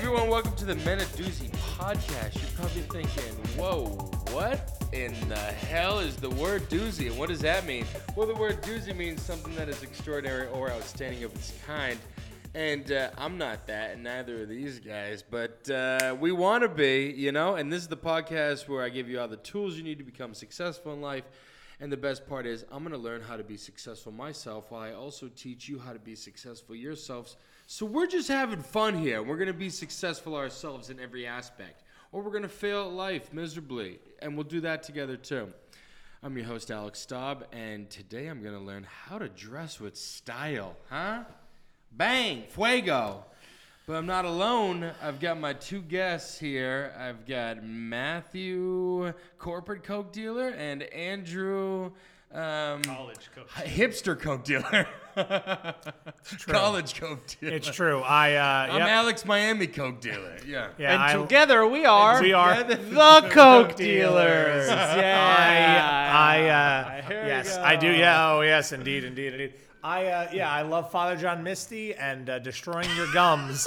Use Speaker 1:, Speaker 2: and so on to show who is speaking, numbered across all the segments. Speaker 1: the Men of Doozy podcast, you're probably thinking, whoa, what in the hell is the word doozy and what does that mean? Well, the word doozy means something that is extraordinary or outstanding of its kind. And uh, I'm not that, and neither of these guys, but uh, we want to be, you know? And this is the podcast where I give you all the tools you need to become successful in life. And the best part is, I'm going to learn how to be successful myself while I also teach you how to be successful yourselves. So we're just having fun here. We're going to be successful ourselves in every aspect, or we're going to fail at life miserably. And we'll do that together too. I'm your host, Alex Staub, and today I'm going to learn how to dress with style, huh? Bang! Fuego! But I'm not alone. I've got my two guests here. I've got Matthew, corporate Coke dealer, and Andrew, um,
Speaker 2: college coach.
Speaker 1: hipster Coke dealer. College Coke dealer.
Speaker 2: It's true. I uh,
Speaker 1: I'm
Speaker 2: yep.
Speaker 1: Alex, Miami Coke dealer. Yeah.
Speaker 2: Yeah,
Speaker 3: and
Speaker 2: I-
Speaker 3: together we are
Speaker 2: we are
Speaker 3: the Coke dealers. Yeah.
Speaker 2: I, I uh,
Speaker 3: Here we
Speaker 2: yes,
Speaker 3: go.
Speaker 2: I do. Yeah. Oh, yes, indeed, indeed, indeed. I uh, yeah, I love Father John Misty and uh, destroying your gums.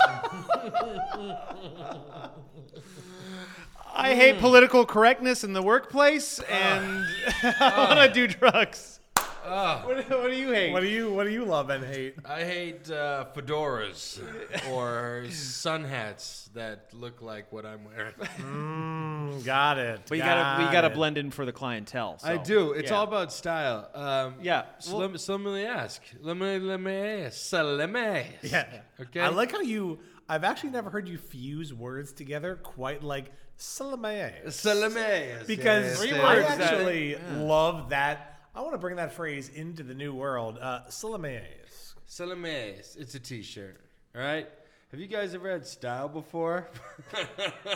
Speaker 3: I hate political correctness in the workplace, and I want to do drugs. what, do- what do you hate?
Speaker 2: what do you What do you love and hate?
Speaker 1: I hate uh, fedoras or sun hats that look like what I'm wearing.
Speaker 2: Mm, got it.
Speaker 3: but you gotta, we gotta
Speaker 2: it.
Speaker 3: blend in for the clientele. so.
Speaker 1: I do. It's
Speaker 2: yeah.
Speaker 1: all about style. Um,
Speaker 3: Yeah,
Speaker 1: So let, me, so let me ask. Let me, let me ask. So let me ask.
Speaker 2: Yeah.
Speaker 1: Okay.
Speaker 2: I like how you. I've actually never heard you fuse words together quite like Salome.
Speaker 1: So let me ask.
Speaker 2: because
Speaker 1: Yes, yes,
Speaker 2: I
Speaker 1: yes.
Speaker 2: actually love that. I want to bring that phrase into the new world. Uh, Salameis.
Speaker 1: So let me ask. It's a T-shirt. All right. Have you guys ever had style before?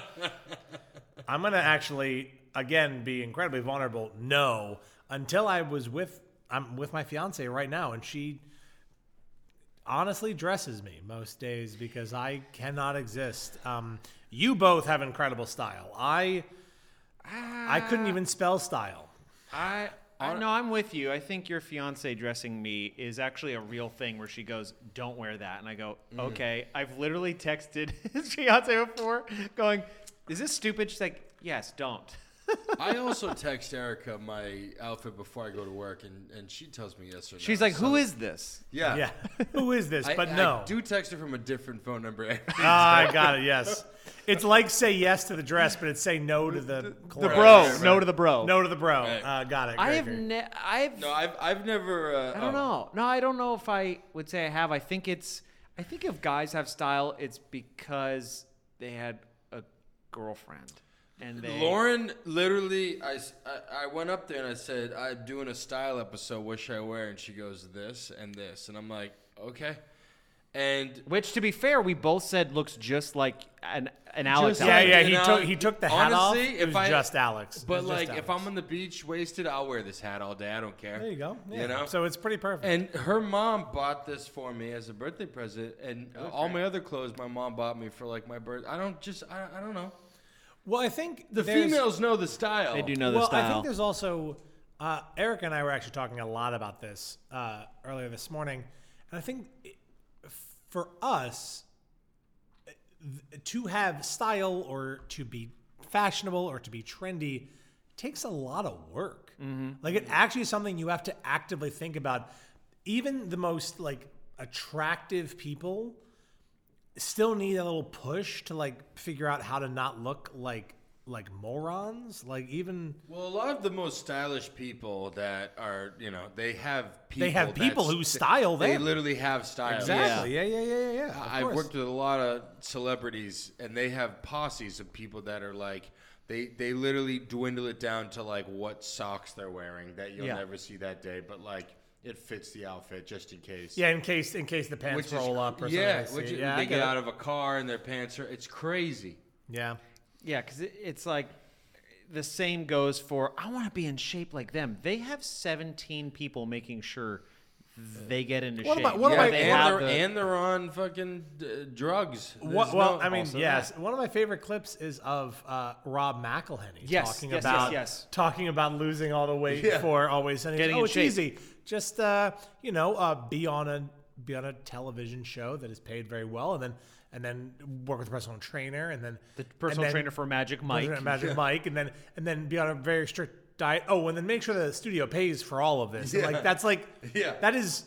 Speaker 2: I'm gonna actually again be incredibly vulnerable. No, until I was with I'm with my fiance right now, and she honestly dresses me most days because I cannot exist. Um, you both have incredible style. I I
Speaker 1: Ah.
Speaker 2: couldn't even spell style.
Speaker 1: I.
Speaker 3: I, no, I'm with you. I think your fiance dressing me is actually a real thing where she goes, "Don't wear that," and I go, "Okay." I've literally texted his fiance before, going, "Is this stupid?" She's like, "Yes, don't."
Speaker 1: I also text Erica my outfit before I go to work, and, and she tells me yes or no.
Speaker 3: She's like,
Speaker 1: So-
Speaker 3: "Who is this?"
Speaker 1: Yeah.
Speaker 2: Yeah, who is this?
Speaker 1: Uh. I,
Speaker 2: But
Speaker 1: I
Speaker 2: no,
Speaker 1: do text her from a different phone number.
Speaker 2: Ah, I got it. Yes, it's like say yes to the dress, but it's say no to the
Speaker 3: The
Speaker 2: clothes.
Speaker 3: bro.
Speaker 1: right, right.
Speaker 3: No to the bro.
Speaker 2: no to the bro.
Speaker 1: Right.
Speaker 2: Uh, got it.
Speaker 3: I
Speaker 2: Great,
Speaker 3: have
Speaker 2: great.
Speaker 3: ne- I've
Speaker 1: no, I've I've never. Uh,
Speaker 3: I
Speaker 2: Oh.
Speaker 3: don't know. No, I don't know if I would say I have. I think it's I think if guys have style, it's because they had a girlfriend and they
Speaker 1: Lauren, literally, I, s- I- I went up there and I said, I'm doing a style episode. What should I wear? And she goes, this and this. And I'm like, okay. And
Speaker 3: which to be fair, we both said looks just like an an Alex.
Speaker 1: like
Speaker 2: Yeah,
Speaker 3: outfit.
Speaker 2: yeah. He
Speaker 1: You know,
Speaker 2: took he took the hat
Speaker 1: honestly,
Speaker 2: off.
Speaker 1: if
Speaker 2: It was
Speaker 1: I-
Speaker 2: just Alex. It
Speaker 1: but
Speaker 2: was just
Speaker 1: like, if
Speaker 2: Alex.
Speaker 1: I'm on the beach wasted, I'll wear this hat all day. I don't care.
Speaker 2: there, you go. Yeah.
Speaker 1: You know.
Speaker 2: So it's pretty perfect.
Speaker 1: and her mom bought this for me as a birthday present, and uh, all my other clothes my mom bought me for like my birth. I don't just I, I don't know.
Speaker 2: well, I think
Speaker 1: The
Speaker 2: there's-
Speaker 1: females know the style.
Speaker 3: They do know the
Speaker 2: well, I
Speaker 3: style.
Speaker 2: think there's also uh, Eric and I were actually talking a lot about this uh, earlier this morning, and I think it- for us th- to have style or to be fashionable or to be trendy takes a lot of work.
Speaker 3: Mm-hmm.
Speaker 2: Like it actually is something you have to actively think about. Even the most like attractive people still need a little push to like figure out how to not look like like morons. Like even
Speaker 1: Well, a lot of the most stylish people that are, you know, they have people.
Speaker 2: They have
Speaker 1: that
Speaker 2: people who
Speaker 1: st-
Speaker 2: style
Speaker 1: They
Speaker 2: them.
Speaker 1: literally have style.
Speaker 2: Exactly. Yeah, yeah, yeah, yeah. yeah. Of
Speaker 1: I've
Speaker 2: course.
Speaker 1: worked with a lot of celebrities, and they have posses of people that are like they they literally dwindle it down to like what socks they're wearing that you'll
Speaker 3: Yeah.
Speaker 1: never see that day, but like it fits the outfit just in case.
Speaker 2: Yeah, in case in case the pants
Speaker 1: Which is
Speaker 2: roll
Speaker 1: cr-
Speaker 2: up or
Speaker 1: yeah,
Speaker 2: something. I
Speaker 1: which
Speaker 2: see.
Speaker 1: is-
Speaker 2: yeah, I
Speaker 1: they
Speaker 2: get
Speaker 1: get
Speaker 2: it.
Speaker 1: out of a car and their pants are. It's crazy.
Speaker 2: Yeah.
Speaker 3: Yeah, because it, it's like the same goes for I want to be in shape like them. They have 17 people making sure they get into
Speaker 2: What
Speaker 3: shape.
Speaker 2: about- what
Speaker 3: Yeah,
Speaker 2: about-
Speaker 3: they
Speaker 1: and,
Speaker 3: have
Speaker 1: they're,
Speaker 3: the-
Speaker 1: and they're on fucking uh, drugs.
Speaker 2: Wha-
Speaker 1: There's
Speaker 2: well,
Speaker 1: no-
Speaker 2: I mean,
Speaker 3: also
Speaker 2: yes. One of my favorite clips is of uh, Rob McElhenney
Speaker 3: Yes,
Speaker 2: talking
Speaker 3: yes, yes,
Speaker 2: about
Speaker 3: yes.
Speaker 2: talking about losing all the weight
Speaker 1: Yeah.
Speaker 2: for Always Sunny.
Speaker 3: Getting
Speaker 2: oh,
Speaker 3: in
Speaker 2: it's
Speaker 3: shape.
Speaker 2: easy. Just uh, you know, uh, be on a be on a television show that is paid very well, and then and then work with a personal trainer, and then
Speaker 3: The personal
Speaker 2: and then-
Speaker 3: trainer for Magic Mike.
Speaker 2: President Magic Mike, and then and then be on a very strict diet. Oh, and then make sure the studio pays for all of this. And,
Speaker 4: Yeah.
Speaker 2: Like that's like
Speaker 4: Yeah.
Speaker 2: that is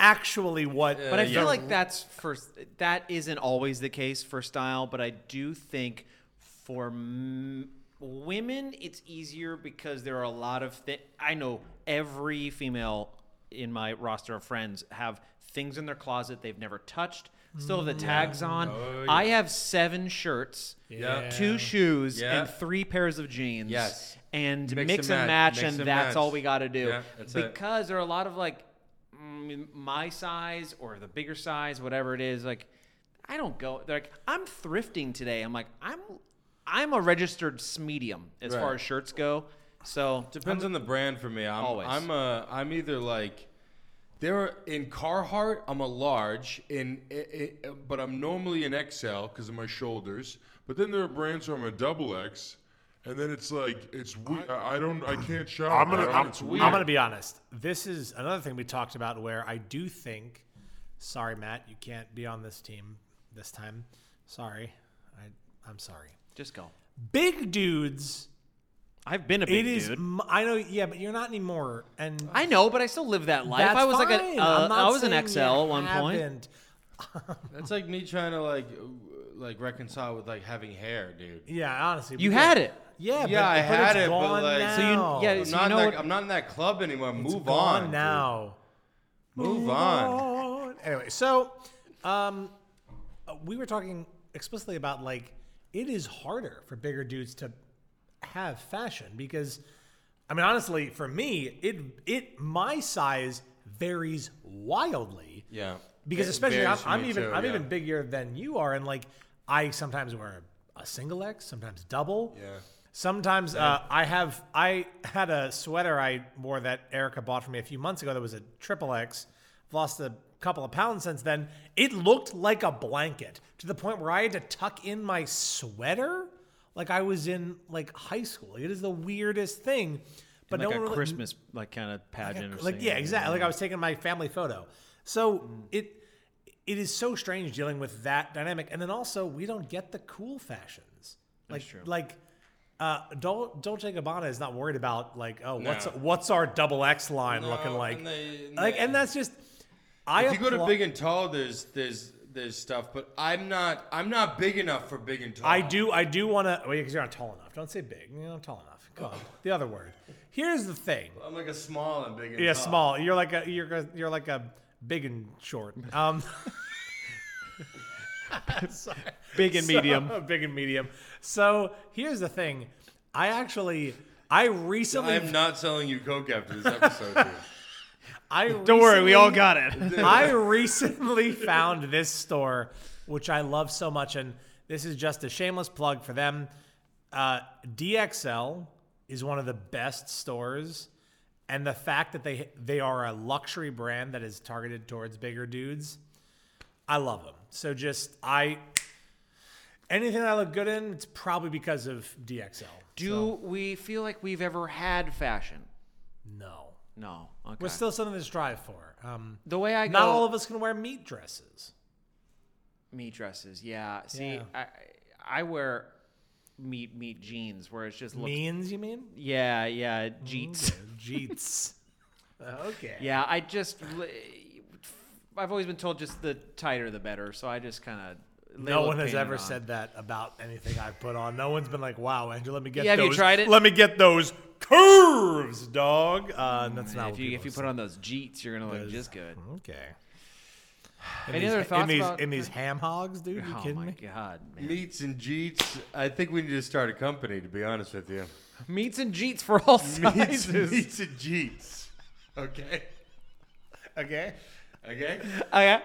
Speaker 2: actually what.
Speaker 3: But I
Speaker 4: Uh, yeah.
Speaker 3: feel like that's for that isn't always the case for style, but I do think for m- women it's easier because there are a lot of thi- I know every female in my roster of friends have things in their closet they've never touched, still have the tags on.
Speaker 4: Mm, Oh,
Speaker 3: I have 7 shirts,
Speaker 4: Yeah.
Speaker 3: two shoes
Speaker 4: Yeah.
Speaker 3: and three pairs of jeans.
Speaker 4: Yes.
Speaker 3: And
Speaker 4: Mix
Speaker 3: mix,
Speaker 4: and
Speaker 3: and
Speaker 4: match,
Speaker 3: match,
Speaker 4: mix
Speaker 3: and
Speaker 4: and
Speaker 3: that's
Speaker 4: match.
Speaker 3: all we got to do
Speaker 4: Yeah, that's it.
Speaker 3: because there are a lot of like mm, my size or the bigger size, whatever it is. Like, I don't go. They're like, I'm thrifting today. I'm like, I'm, I'm a registered s- medium as
Speaker 4: Right.
Speaker 3: far as shirts go. So
Speaker 4: Depends on the brand for me. I'm,
Speaker 3: Always.
Speaker 4: I'm a. I'm either like, there are, in Carhartt. I'm a large, in i i but I'm normally an XL because of my shoulders. But then there are brands where I'm a double X, and then it's like it's. We- I, I don't. I can't shop.
Speaker 2: I'm gonna
Speaker 4: I don't-
Speaker 2: I'm,
Speaker 4: it's
Speaker 2: I'm
Speaker 4: weird.
Speaker 2: gonna be honest. This is another thing we talked about where I do think. Sorry, Matt, you can't be on this team this time. Sorry, I I'm sorry.
Speaker 3: just go.
Speaker 2: Big dudes.
Speaker 3: I've been a
Speaker 2: It
Speaker 3: big
Speaker 2: is.
Speaker 3: dude.
Speaker 2: m- I know. Yeah, but you're not anymore. And
Speaker 3: I know, but I still live that life.
Speaker 2: that's
Speaker 3: I was like
Speaker 2: fine.
Speaker 3: a,
Speaker 2: I'm
Speaker 3: uh,
Speaker 2: not
Speaker 3: I was an
Speaker 2: saying
Speaker 3: XL
Speaker 2: you
Speaker 3: at one point.
Speaker 2: haven't.
Speaker 4: That's like me trying to like, uh, like reconcile with like having hair, dude.
Speaker 2: Yeah, honestly,
Speaker 3: You
Speaker 2: we-
Speaker 3: had it.
Speaker 2: Yeah,
Speaker 4: Yeah,
Speaker 2: but,
Speaker 4: I
Speaker 2: but it's
Speaker 4: had it, but,
Speaker 2: gone
Speaker 4: like-
Speaker 2: now.
Speaker 4: So you-
Speaker 3: yeah,
Speaker 4: I'm
Speaker 3: So
Speaker 4: not.
Speaker 3: you
Speaker 4: in
Speaker 3: know
Speaker 4: that,
Speaker 3: what-
Speaker 4: I'm not in that club anymore.
Speaker 2: It's
Speaker 4: Move
Speaker 2: gone
Speaker 4: on dude.
Speaker 2: now.
Speaker 4: Move on.
Speaker 2: on. Anyway, so um, uh, we were talking explicitly about like it is harder for bigger dudes to have fashion because, I mean, honestly, for me, it it my size varies wildly.
Speaker 4: Yeah.
Speaker 2: because
Speaker 4: It
Speaker 2: especially I'm,
Speaker 4: varies for
Speaker 2: I'm
Speaker 4: me
Speaker 2: even
Speaker 4: too,
Speaker 2: I'm
Speaker 4: yeah.
Speaker 2: even bigger than you are, and like I sometimes wear a single X, sometimes double.
Speaker 4: Yeah.
Speaker 2: Sometimes uh, I have I had a sweater I wore that Erica bought for me a few months ago that was a triple X. I've lost a couple of pounds since then. It looked like a blanket to the point where I had to tuck in my sweater like I was in like high school. It is the weirdest thing. But
Speaker 3: Like
Speaker 2: no
Speaker 3: a
Speaker 2: one really,
Speaker 3: Christmas like kind of pageant. or
Speaker 2: like
Speaker 3: something.
Speaker 2: yeah, exactly. Like I was taking my family photo. So
Speaker 4: Mm.
Speaker 2: it it is so strange dealing with that dynamic, and then also we don't get the cool fashions. Like
Speaker 3: true.
Speaker 2: like uh, Dol- Dolce Gabbana is not worried about like oh what's
Speaker 4: No.
Speaker 2: what's our double X line
Speaker 4: No,
Speaker 2: looking like
Speaker 4: and they- and
Speaker 2: like
Speaker 4: they-
Speaker 2: and that's just I
Speaker 4: If you go to
Speaker 2: appla-
Speaker 4: big and tall, there's there's there's stuff, but I'm not I'm not big enough for big and tall.
Speaker 2: I do. I do want to. Well, because you're not tall enough. Don't say big. You're not tall enough. Come on. The other word. Here's the thing.
Speaker 4: I'm like a small and big and
Speaker 2: Yeah,
Speaker 4: tall.
Speaker 2: small. You're like a. You're a- you're like a big and short. Um. Sorry.
Speaker 3: big and medium.
Speaker 2: So- big and medium. So here's the thing. I actually, I recently,
Speaker 4: I'm not selling you coke after this episode. dude.
Speaker 2: I
Speaker 3: Don't worry, we all
Speaker 2: recently-
Speaker 3: got it.
Speaker 2: I recently found this store, which I love so much, and this is just a shameless plug for them. Uh, DXL is one of the best stores, and the fact that they they are a luxury brand that is targeted towards bigger dudes, I love them. So just I. Anything I look good in, it's probably because of DXL.
Speaker 3: Do we feel like we've ever had fashion?
Speaker 2: No.
Speaker 3: No. Okay.
Speaker 2: We're still something to strive for. Um,
Speaker 3: the way I go.
Speaker 2: not all of us can wear meat dresses.
Speaker 3: meat dresses. Yeah. See,
Speaker 2: Yeah.
Speaker 3: I I wear meat meat jeans where it's just look.
Speaker 2: Means, you mean?
Speaker 3: Yeah, yeah,
Speaker 2: Mm-hmm.
Speaker 3: jeets.
Speaker 2: Jeets. okay.
Speaker 3: Yeah, I just li- I've always been told just the tighter the better, so I just kind of.
Speaker 2: No one has ever said that about anything I've put on. No one's been like, "Wow, Andrew, let me get
Speaker 3: Yeah, have
Speaker 2: those.
Speaker 3: you tried it?
Speaker 2: Let me get those curves, dog." Uh, and that's not
Speaker 3: Mm, If
Speaker 2: what
Speaker 3: you, if
Speaker 2: people
Speaker 3: you put on those jeets, you're gonna look just good.
Speaker 2: say. Okay. In
Speaker 3: Any
Speaker 2: these,
Speaker 3: other thoughts
Speaker 2: in these,
Speaker 3: about-
Speaker 2: in these ham hogs, dude? You
Speaker 3: Oh
Speaker 2: kidding
Speaker 3: my
Speaker 2: me?
Speaker 3: god, man.
Speaker 4: Meats and jeets. I think we need to start a company. To be honest with you,
Speaker 3: Meats and jeets for all
Speaker 4: meats,
Speaker 3: sizes.
Speaker 4: meats and jeets. Okay. Okay. Okay.
Speaker 3: Oh yeah,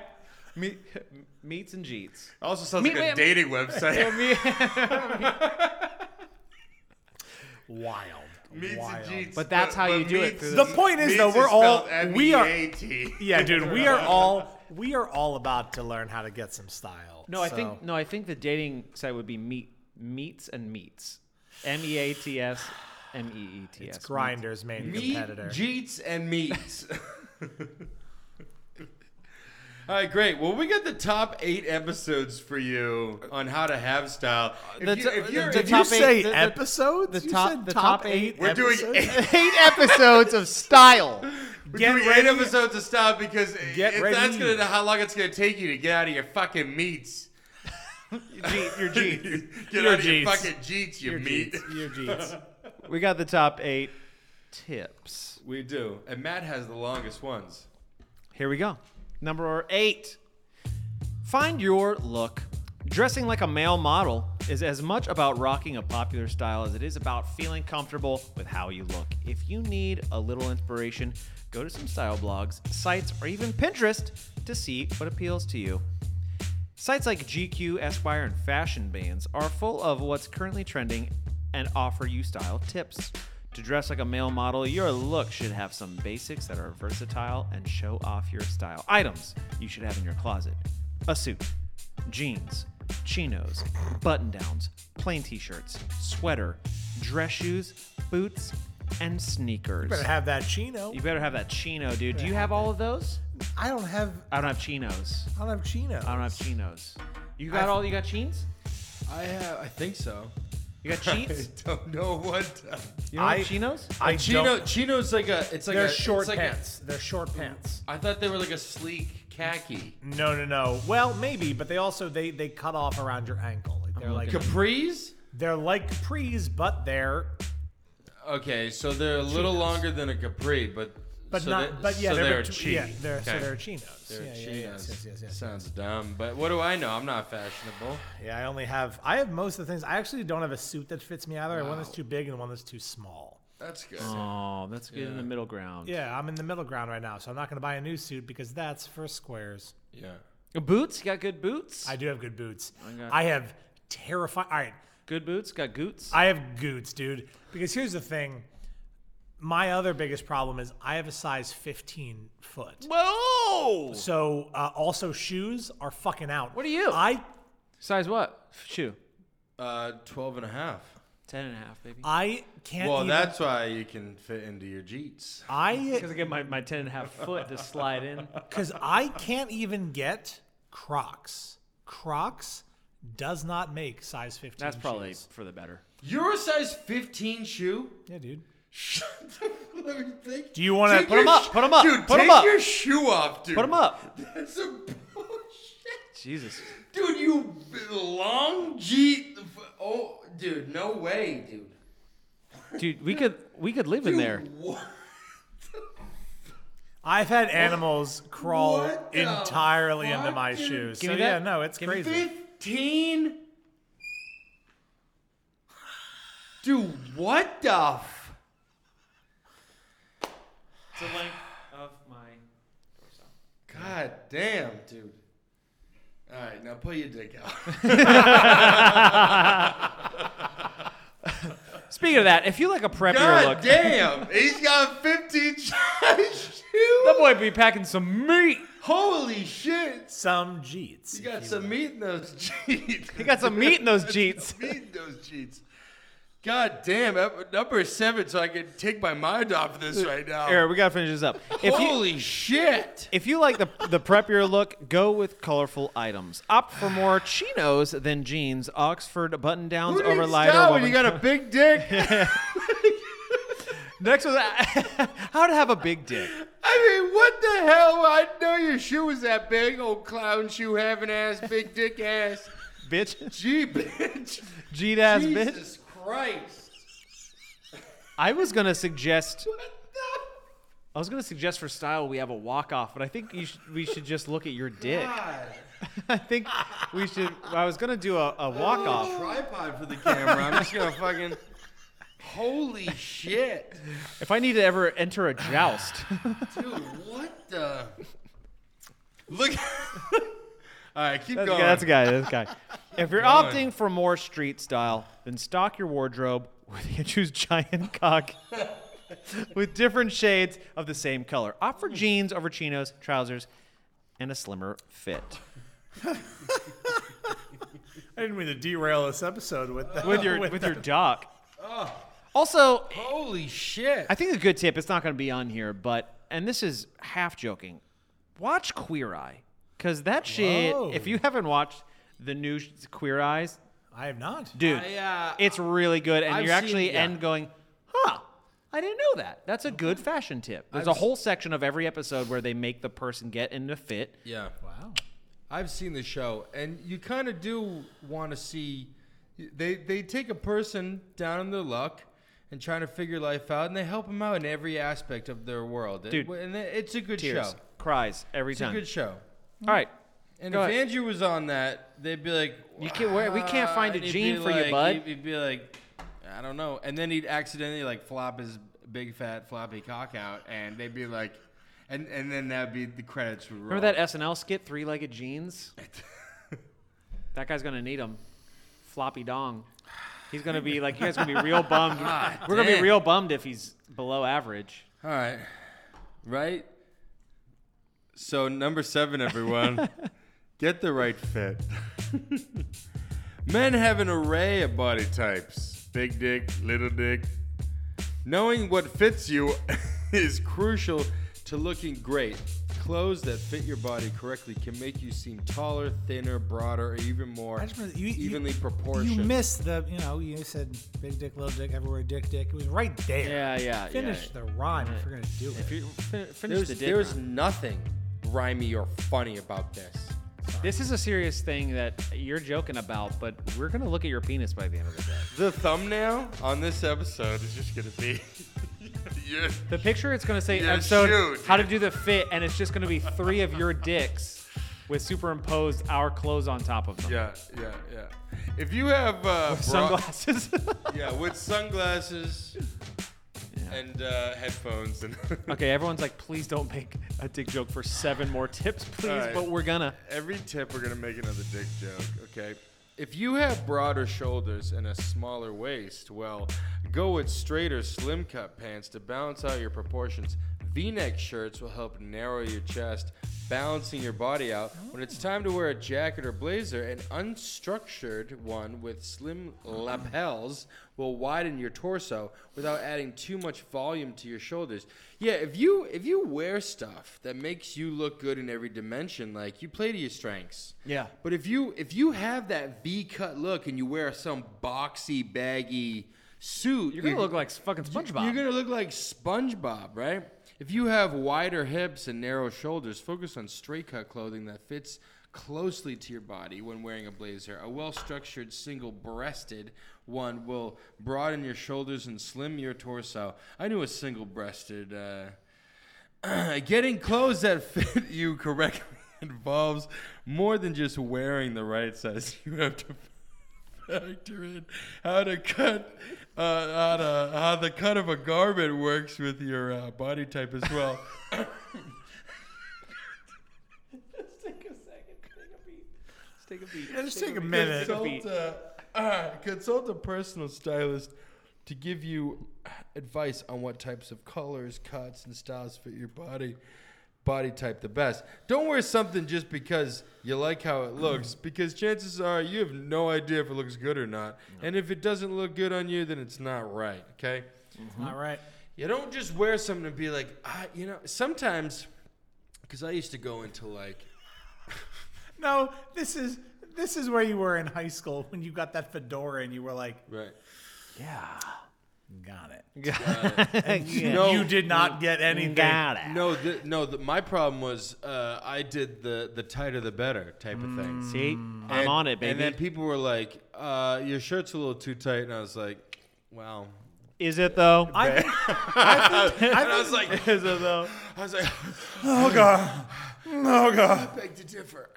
Speaker 3: meat, meats and jeets.
Speaker 4: Also sounds
Speaker 3: Meat-
Speaker 4: like a
Speaker 3: wait-
Speaker 4: dating
Speaker 2: Oh.
Speaker 4: website.
Speaker 2: Wild.
Speaker 4: meats
Speaker 2: Wild.
Speaker 4: and jeets.
Speaker 3: But that's how you do it through
Speaker 2: The point is, though, we're all- we are-
Speaker 4: E M-E-A-T.
Speaker 2: Yeah, dude, we are all we are all about to learn how to get some style.
Speaker 3: No, I
Speaker 2: so-
Speaker 3: think no, I think the dating site would be meat meats and meats. M E A T S M E E T S.
Speaker 2: it's Grinder's main
Speaker 4: Meat,
Speaker 2: competitor.
Speaker 4: Jeets and meats. All right, great. Well, we got the top eight episodes for you on how to have style. If
Speaker 3: The
Speaker 4: you,
Speaker 3: to-
Speaker 4: if you're,
Speaker 3: the
Speaker 4: if
Speaker 2: Did
Speaker 4: you-
Speaker 2: you
Speaker 3: top eight-
Speaker 2: say
Speaker 3: the- the-
Speaker 2: episodes?
Speaker 3: the
Speaker 2: You
Speaker 3: top-
Speaker 2: said
Speaker 3: the top eight-
Speaker 4: we're doing
Speaker 2: episodes?
Speaker 4: eight,
Speaker 3: Eight episodes of style.
Speaker 4: we're
Speaker 2: Get
Speaker 4: doing eight
Speaker 2: ready.
Speaker 4: episodes to stop because
Speaker 2: Get
Speaker 4: if
Speaker 2: ready.
Speaker 4: that's gonna how long it's gonna take you to get out of your fucking meats.
Speaker 3: Gee, Your G.
Speaker 4: get
Speaker 2: Your
Speaker 4: out of your
Speaker 2: jeets.
Speaker 4: fucking jeets, you meat.
Speaker 2: Your jeets.
Speaker 3: We got the top eight tips.
Speaker 4: We do, and Matt has the longest ones.
Speaker 3: Here we go. Number eight. Find your look. Dressing like a male model is as much about rocking a popular style as it is about feeling comfortable with how you look. If you need a little inspiration, go to some style blogs, sites, or even Pinterest to see what appeals to you. Sites like GQ, Esquire, and Fashion Bands are full of what's currently trending and offer you style tips. To dress like a male model, your look should have some basics that are versatile and show off your style. Items you should have in your closet a suit, jeans, chinos, button downs, plain t shirts, sweater, dress shoes, boots, and sneakers.
Speaker 2: Better have that chino.
Speaker 3: You better have that chino, dude. Do you have all of those?
Speaker 2: I don't have.
Speaker 3: I don't have chinos.
Speaker 2: I don't have chino.
Speaker 3: I don't have chinos. You got
Speaker 2: I've-
Speaker 3: all? You got jeans?
Speaker 4: I have, I think so.
Speaker 3: You got cheats?
Speaker 4: I don't know what.
Speaker 3: You don't
Speaker 2: I-
Speaker 3: have chinos?
Speaker 2: I
Speaker 4: Chino,
Speaker 2: don't-
Speaker 4: chino's like a. It's like
Speaker 2: They're
Speaker 4: a
Speaker 2: short
Speaker 4: it's like a-
Speaker 2: pants. They're short pants.
Speaker 4: I thought they were like a sleek khaki.
Speaker 2: No, no, no. Well, maybe, but they also they they cut off around your ankle. Like, they're like
Speaker 4: Capris?
Speaker 2: they're like capris, but they're
Speaker 4: Okay, so they're a little longer than a capri, but
Speaker 2: but
Speaker 4: so
Speaker 2: not
Speaker 4: they-
Speaker 2: but yeah
Speaker 4: so
Speaker 2: they're,
Speaker 4: they're, a
Speaker 2: betw-
Speaker 4: cheat.
Speaker 2: yeah they're so
Speaker 4: Okay.
Speaker 2: they're chinos.
Speaker 4: They're
Speaker 2: yeah, yeah,
Speaker 4: chinos.
Speaker 2: yes, yes, yes, yes,
Speaker 4: Sounds dumb, but what do I know? I'm not fashionable.
Speaker 2: Yeah, I only have I have most of the things. I actually don't have a suit that fits me either. I have One that's
Speaker 4: Wow.
Speaker 2: too big and one that's too small.
Speaker 4: That's good.
Speaker 3: Oh, that's good in
Speaker 4: Yeah.
Speaker 3: the middle ground.
Speaker 2: Yeah, I'm in the middle ground right now, so I'm not going to buy a new suit because that's for squares.
Speaker 4: Yeah.
Speaker 3: Boots? You got good boots?
Speaker 2: I do have good boots.
Speaker 3: got-
Speaker 2: I have terrifying. All right,
Speaker 3: good boots? Got goots?
Speaker 2: I have goots, dude. Because here's the thing. My other biggest problem is I have a size 15 foot.
Speaker 3: Whoa!
Speaker 2: So uh, also shoes are fucking out.
Speaker 3: What are you?
Speaker 2: I
Speaker 3: Size what? Shoe.
Speaker 4: Uh, 12 and a half.
Speaker 3: Ten and a half, baby.
Speaker 2: I can't.
Speaker 4: Well,
Speaker 2: even-
Speaker 4: that's why you can fit into your jeets.
Speaker 2: I
Speaker 3: Because I get my, my ten and a half foot to slide in.
Speaker 2: because I can't even get Crocs. Crocs does not make size 15.
Speaker 3: That's probably
Speaker 2: shoes.
Speaker 3: for the better.
Speaker 4: You're a size 15 shoe?
Speaker 2: yeah, dude.
Speaker 4: Let me think.
Speaker 2: Do you want to
Speaker 4: Take
Speaker 2: put
Speaker 4: your
Speaker 2: them up?
Speaker 3: sh-
Speaker 4: sh-
Speaker 3: put 'em up,
Speaker 4: Dude,
Speaker 3: put 'em
Speaker 4: take
Speaker 3: up.
Speaker 4: your shoe off, dude.
Speaker 3: Put them up.
Speaker 4: That's a bullshit.
Speaker 3: Jesus.
Speaker 4: Dude, you long jeet. Oh, dude, no way, dude.
Speaker 3: Dude, we could we could live in there.
Speaker 4: What?
Speaker 2: I've had animals crawl
Speaker 4: What the
Speaker 2: entirely into
Speaker 4: fuck,
Speaker 2: my
Speaker 4: dude?
Speaker 2: shoes.
Speaker 3: Give
Speaker 2: So
Speaker 3: me that.
Speaker 2: yeah, no, it's
Speaker 3: Give me
Speaker 2: crazy.
Speaker 4: 15? Dude, what the f-
Speaker 3: The length of my
Speaker 4: God damn, dude. All right, now pull your dick out.
Speaker 3: Speaking of that, if you like a preppier
Speaker 4: God
Speaker 3: look,
Speaker 4: damn, he's got 15 shoes.
Speaker 3: that boy be packing some meat.
Speaker 4: Holy shit.
Speaker 2: Some jeets.
Speaker 4: You
Speaker 2: if
Speaker 4: got
Speaker 2: you
Speaker 4: some meat in those jeets.
Speaker 3: He got some meat in those jeets.
Speaker 4: meat in those jeets. God damn, up- number seven, so I can take my mind off of this right now.
Speaker 3: Here, we gotta finish this up. If you,
Speaker 4: Holy shit.
Speaker 3: If you like the, the preppier look, go with colorful items. Opt for more chinos than jeans, Oxford button downs
Speaker 4: Who
Speaker 3: over
Speaker 4: needs
Speaker 3: lighter.
Speaker 4: that when
Speaker 3: woven-
Speaker 4: you got a big dick?
Speaker 3: Next was how to have a big dick.
Speaker 4: I mean, what the hell? I know your shoe was that big, old clown shoe having ass, big dick ass.
Speaker 3: Bitch.
Speaker 4: Gee, bitch.
Speaker 3: Jeet ass bitch.
Speaker 4: Jesus Christ.
Speaker 3: I was gonna suggest
Speaker 4: What the
Speaker 3: I was gonna suggest for style we have a walk off, but I think you should, we should just look at your dick.
Speaker 4: God.
Speaker 3: I think we should I was gonna do a, a walk off.
Speaker 4: Tripod for the camera. I'm just gonna fucking. Holy shit.
Speaker 3: If I need to ever enter a joust.
Speaker 4: Dude, what the? Look. All right, keep
Speaker 3: That's a,
Speaker 4: going.
Speaker 3: guy, that's a guy. That's a guy. If you're
Speaker 4: Going.
Speaker 3: opting for more street style, then stock your wardrobe with Andrew's giant cock with different shades of the same color. Opt for jeans over chinos, trousers, and a slimmer fit.
Speaker 2: I didn't mean to derail this episode with that.
Speaker 3: With your with your doc. Also,
Speaker 4: Holy shit.
Speaker 3: I think a good tip, it's not going to be on here, but, and this is half joking, watch Queer Eye. Because that shit,
Speaker 2: Whoa.
Speaker 3: if you haven't watched the new sh- Queer Eyes,
Speaker 2: I have not.
Speaker 3: dude,
Speaker 4: I, uh,
Speaker 3: it's really good. And
Speaker 4: I've
Speaker 3: you actually
Speaker 4: seen- yeah. Mm-hmm.
Speaker 3: end going, huh, I didn't know that. That's a good fashion tip. There's a
Speaker 4: I've s-
Speaker 3: whole section of every episode where they make the person get in a fit.
Speaker 4: Yeah.
Speaker 2: Wow.
Speaker 4: I've seen the show, and you kind of do want to see. They they take a person down in their luck and trying to figure life out, and they help them out in every aspect of their world. It-
Speaker 3: Dude,
Speaker 4: and it- it's a good
Speaker 3: Tears,
Speaker 4: show.
Speaker 3: cries every
Speaker 4: It's a
Speaker 3: time.
Speaker 4: good show.
Speaker 3: All right.
Speaker 4: And
Speaker 3: Go
Speaker 4: if
Speaker 3: ahead.
Speaker 4: Andrew was on that, they'd be like,
Speaker 3: You can't- we- we can't find a
Speaker 4: "Wow," and he'd
Speaker 3: gene
Speaker 4: be
Speaker 3: for you,
Speaker 4: like-
Speaker 3: bud.
Speaker 4: He'd, he'd be like, I don't know, and then he'd accidentally like flop his big fat floppy cock out, and they'd be like, and and then that'd be the credits would roll.
Speaker 3: Remember that SNL skit, Three Legged Jeans? that guy's going to need them. Floppy dong. He's going to be like, you guys going to be real bummed. We're going to be
Speaker 4: Ah, damn.
Speaker 3: real bummed if he's below average.
Speaker 4: All right. Right? So, number seven, everyone get the right fit. Men have an array of body types big dick, little dick. Knowing what fits you is crucial to looking great. Clothes that fit your body correctly can make you seem taller, thinner, broader, or even more
Speaker 2: I just remember- you- you-
Speaker 4: evenly
Speaker 2: You
Speaker 4: proportioned.
Speaker 2: missed the, you know, you said big dick, little dick, everywhere, dick, dick. It was right there.
Speaker 3: Yeah, yeah,
Speaker 2: Finish
Speaker 3: yeah.
Speaker 2: the rhyme if you're gonna do
Speaker 3: If
Speaker 2: it.
Speaker 3: you fin- finish
Speaker 4: there's
Speaker 3: the dick
Speaker 4: there's
Speaker 3: run.
Speaker 4: nothing rhymey or funny about this.
Speaker 3: This is a serious thing that you're joking about, but we're gonna look at your penis by the end of the day.
Speaker 4: The thumbnail on this episode is just gonna be your,
Speaker 3: The picture it's gonna say
Speaker 4: Yeah,
Speaker 3: episode
Speaker 4: shoot.
Speaker 3: how to do the fit, and it's just gonna be three of your dicks with superimposed our clothes on top of them.
Speaker 4: yeah, yeah, yeah. If you have uh, bra-
Speaker 3: Sunglasses.
Speaker 4: yeah, with sunglasses and uh, headphones and
Speaker 3: okay, everyone's like, please don't make a dick joke for seven more tips, please,
Speaker 4: Alright.
Speaker 3: but we're gonna.
Speaker 4: every tip we're gonna make another dick joke. Okay. If you have broader shoulders and a smaller waist, well, go with straighter slim cut pants to balance out your proportions. V-neck shirts will help narrow your chest, balancing your body out. When it's time to wear a jacket or blazer, an unstructured one with slim lapels will widen your torso without adding too much volume to your shoulders. Yeah, if you if you wear stuff that makes you look good in every dimension, like you play to your strengths.
Speaker 3: Yeah.
Speaker 4: But if you if you have that V cut look and you wear some boxy baggy suit,
Speaker 3: You're gonna look like fucking SpongeBob.
Speaker 4: You're gonna look like SpongeBob, right? If you have wider hips and narrow shoulders, focus on straight cut clothing that fits closely to your body when wearing a blazer. A well structured single breasted one will broaden your shoulders and slim your torso. I knew a single breasted uh, Getting clothes that fit you correctly involves more than just wearing the right size. You have to factor in how to cut, uh, how, to, how the cut of a garment works with your uh, body type as well.
Speaker 3: Let's take a second. Take a beat. Let's take a beat.
Speaker 2: Let's take a minute.
Speaker 4: consult, uh, uh, consult a personal stylist to give you advice on what types of colors, cuts, and styles fit your body body type the best. Don't wear something just because you like how it looks, because chances are you have no idea if it looks good or not. And if it doesn't look good on you, then it's not right. Okay.
Speaker 2: All right.
Speaker 4: You don't just wear something and be like, ah, you know. Sometimes, because I used to go into like
Speaker 2: No, this is this is where you were in high school when you got that fedora and you were like,
Speaker 4: right.
Speaker 3: Yeah.
Speaker 2: got it.
Speaker 3: yeah.
Speaker 4: No.
Speaker 2: you did not get anything.
Speaker 3: Got it.
Speaker 4: No, the, no. The, my problem was uh, I did the the tighter the better type of thing.
Speaker 3: See, Mm. I'm
Speaker 4: And-
Speaker 3: on it, baby.
Speaker 4: And then people were like, uh, "Your shirt's a little too tight," and I was like, "Wow."
Speaker 3: Is it though?
Speaker 2: I think, I think, I
Speaker 4: And I was
Speaker 2: think
Speaker 4: like,
Speaker 3: Is it though?
Speaker 4: "I was like,
Speaker 2: oh god, oh god.
Speaker 4: I beg to differ."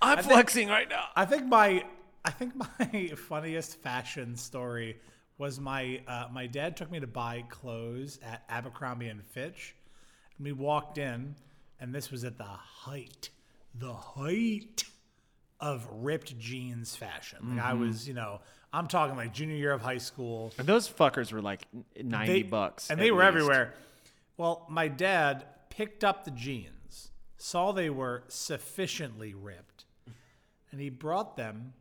Speaker 3: I'm flexing right now.
Speaker 2: I think my I think my funniest fashion story was my uh, my dad took me to buy clothes at Abercrombie and Fitch, and we walked in, and this was at the height, the height of ripped jeans fashion. Like I was, you know, I'm talking like junior year of high school.
Speaker 3: And those fuckers were like n- 90
Speaker 2: They-
Speaker 3: bucks.
Speaker 2: And
Speaker 3: at
Speaker 2: they were
Speaker 3: least.
Speaker 2: everywhere. Well, my dad picked up the jeans, saw they were sufficiently ripped, and he brought them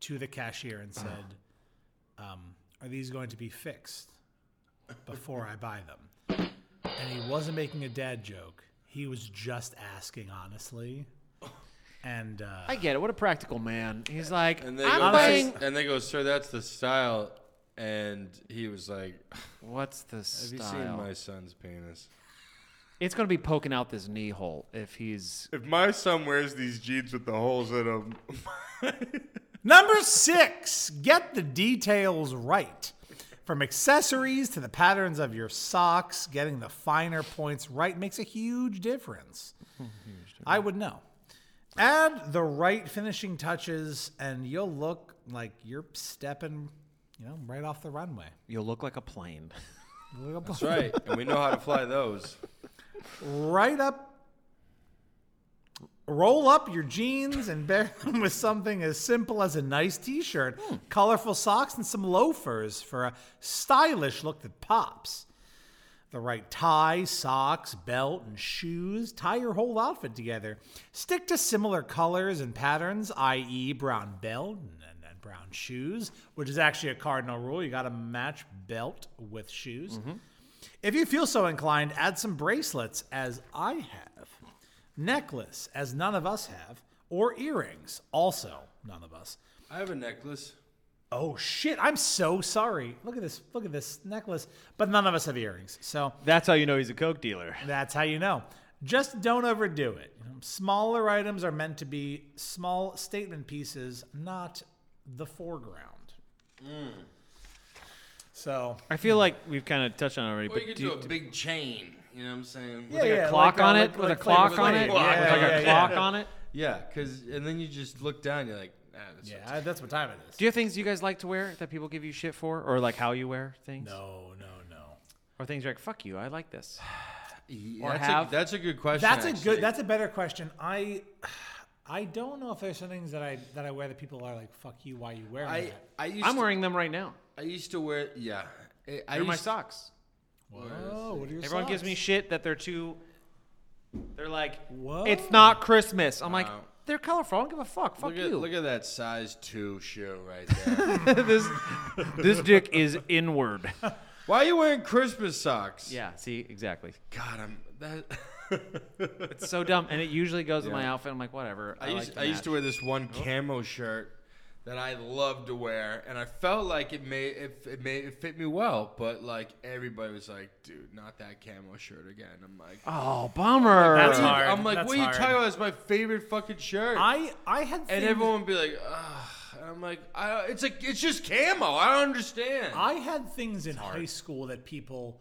Speaker 2: to the cashier and said, um, Are these going to be fixed before I buy them? And he wasn't making a dad joke. He was just asking honestly. And uh,
Speaker 3: I get it. What a practical man. He's like,
Speaker 4: And
Speaker 3: I'm
Speaker 4: they go,
Speaker 3: buying.
Speaker 4: and they go, sir, that's the style. And he was like,
Speaker 3: What's the
Speaker 4: Have you
Speaker 3: style?
Speaker 4: seen my son's penis?
Speaker 3: It's gonna be poking out this knee hole if he's.
Speaker 4: If my son wears these jeans with the holes in them,
Speaker 2: Number six, get the details right. From accessories to the patterns of your socks, getting the finer points right makes a huge difference. I would know. Add the right finishing touches, and you'll look like you're stepping, you know, right off the runway.
Speaker 3: You'll look like a plane.
Speaker 4: that's right. And we know how to fly those.
Speaker 2: right up roll up your jeans and bear them with something as simple as a nice t-shirt colorful socks and some loafers for a stylish look that pops the right tie socks belt and shoes tie your whole outfit together stick to similar colors and patterns i.e brown belt and, and- and brown shoes which is actually a cardinal rule you got to match belt with shoes if you feel so inclined, add some bracelets, as I have, necklace, as none of us have, or earrings, also none of us.
Speaker 4: I have a necklace.
Speaker 2: Oh shit! I'm so sorry. Look at this. Look at this necklace. But none of us have earrings, so
Speaker 3: That's how you know he's a coke dealer.
Speaker 2: that's how you know. Just don't overdo it. You know, Smaller items are meant to be small statement pieces, not the foreground. So
Speaker 3: I feel like we've kind of touched on it already.
Speaker 4: Or
Speaker 3: But
Speaker 4: you could
Speaker 3: do
Speaker 4: do
Speaker 3: you-
Speaker 4: a big chain. You know what I'm saying?
Speaker 2: Yeah,
Speaker 3: like
Speaker 2: yeah,
Speaker 3: a clock
Speaker 2: like, uh,
Speaker 3: on
Speaker 2: like-
Speaker 3: it with a
Speaker 2: like
Speaker 3: clock
Speaker 4: Flavor
Speaker 3: on
Speaker 4: Flav.
Speaker 3: it.
Speaker 4: Yeah,
Speaker 3: with like
Speaker 2: yeah,
Speaker 3: a
Speaker 2: yeah.
Speaker 3: clock on it.
Speaker 4: Yeah, because and then you just look down. You're like, nah, that's
Speaker 2: yeah, that's what time it is.
Speaker 3: Do you have things you guys like to wear that people give you shit for, or like how you wear things,
Speaker 2: No, no, no.
Speaker 3: or things you're like "fuck you," I like this.
Speaker 4: Yeah,
Speaker 3: Or
Speaker 4: that's,
Speaker 3: have-
Speaker 4: a, that's a good question.
Speaker 2: That's a
Speaker 4: actually.
Speaker 2: good. That's a better question. I, I don't know if there's some things that I that I wear that people are like, "Fuck you, why you wearing
Speaker 4: I
Speaker 2: that?"
Speaker 4: I used
Speaker 3: I'm
Speaker 4: to,
Speaker 3: wearing them right now.
Speaker 4: I used to wear yeah. I, I
Speaker 3: They're my
Speaker 4: used-
Speaker 3: socks.
Speaker 2: Whoa, what are your
Speaker 3: Everyone gives
Speaker 2: socks?
Speaker 3: me shit that they're too. They're like,
Speaker 2: Whoa.
Speaker 3: it's not Christmas. I'm like,
Speaker 4: Wow.
Speaker 3: they're colorful. I don't give a fuck. Fuck
Speaker 4: Look at,
Speaker 3: you.
Speaker 4: look at that size two shoe right there.
Speaker 3: this this dick is inward.
Speaker 4: Why are you wearing Christmas socks?
Speaker 3: Yeah. See, exactly.
Speaker 4: God, I'm that.
Speaker 3: It's so dumb, and it usually goes with my outfit. I'm like, whatever.
Speaker 4: I,
Speaker 3: like
Speaker 4: used, I used to
Speaker 3: match.
Speaker 4: wear this one camo shirt that I loved to wear, and I felt like it made it, it made it fit me well. But like everybody was like, "Dude, not that camo shirt again." I'm like,
Speaker 3: Oh, bummer.
Speaker 2: That's
Speaker 4: "Dude,"
Speaker 2: hard.
Speaker 4: I'm like,
Speaker 2: That's
Speaker 4: "What are you
Speaker 2: hard.
Speaker 4: talking about? It's my favorite fucking shirt."
Speaker 2: I I had
Speaker 4: and
Speaker 2: things-
Speaker 4: everyone would be like, "Ugh," and I'm like, "I it's like it's just camo. I don't understand."
Speaker 2: I had things in high school that people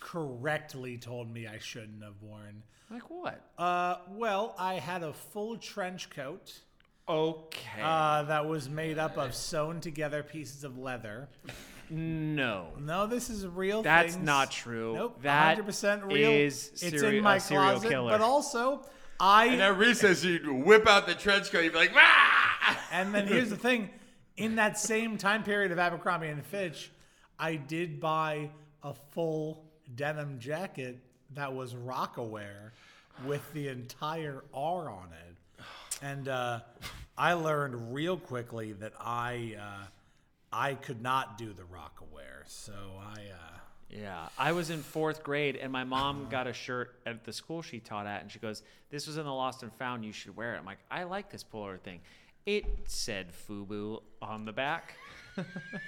Speaker 2: correctly told me I shouldn't have worn.
Speaker 3: Like what?
Speaker 2: Uh, well, I had a full trench coat.
Speaker 3: Okay.
Speaker 2: Uh, that was made up of sewn together pieces of leather.
Speaker 3: no.
Speaker 2: No, this is real.
Speaker 3: That's
Speaker 2: things.
Speaker 3: not true.
Speaker 2: Nope,
Speaker 3: That
Speaker 2: 100% real.
Speaker 3: is
Speaker 2: it's
Speaker 3: seri-
Speaker 2: in my
Speaker 3: a serial
Speaker 2: closet,
Speaker 3: killer.
Speaker 2: but also I
Speaker 4: and at recess, you'd whip out the trench coat. You'd be like, "Ah!"
Speaker 2: And then here's the thing: in that same time period of Abercrombie and Fitch, I did buy a full denim jacket that was Rockaware with the entire R on it, and uh, I learned real quickly that I uh, I could not do the Rockaware, so I. Uh,
Speaker 3: Yeah, I was in fourth grade, and my mom got a shirt at the school she taught at, and she goes, "This was in the Lost and Found. You should wear it." I'm like, "I like this pullover thing." It said FUBU on the back,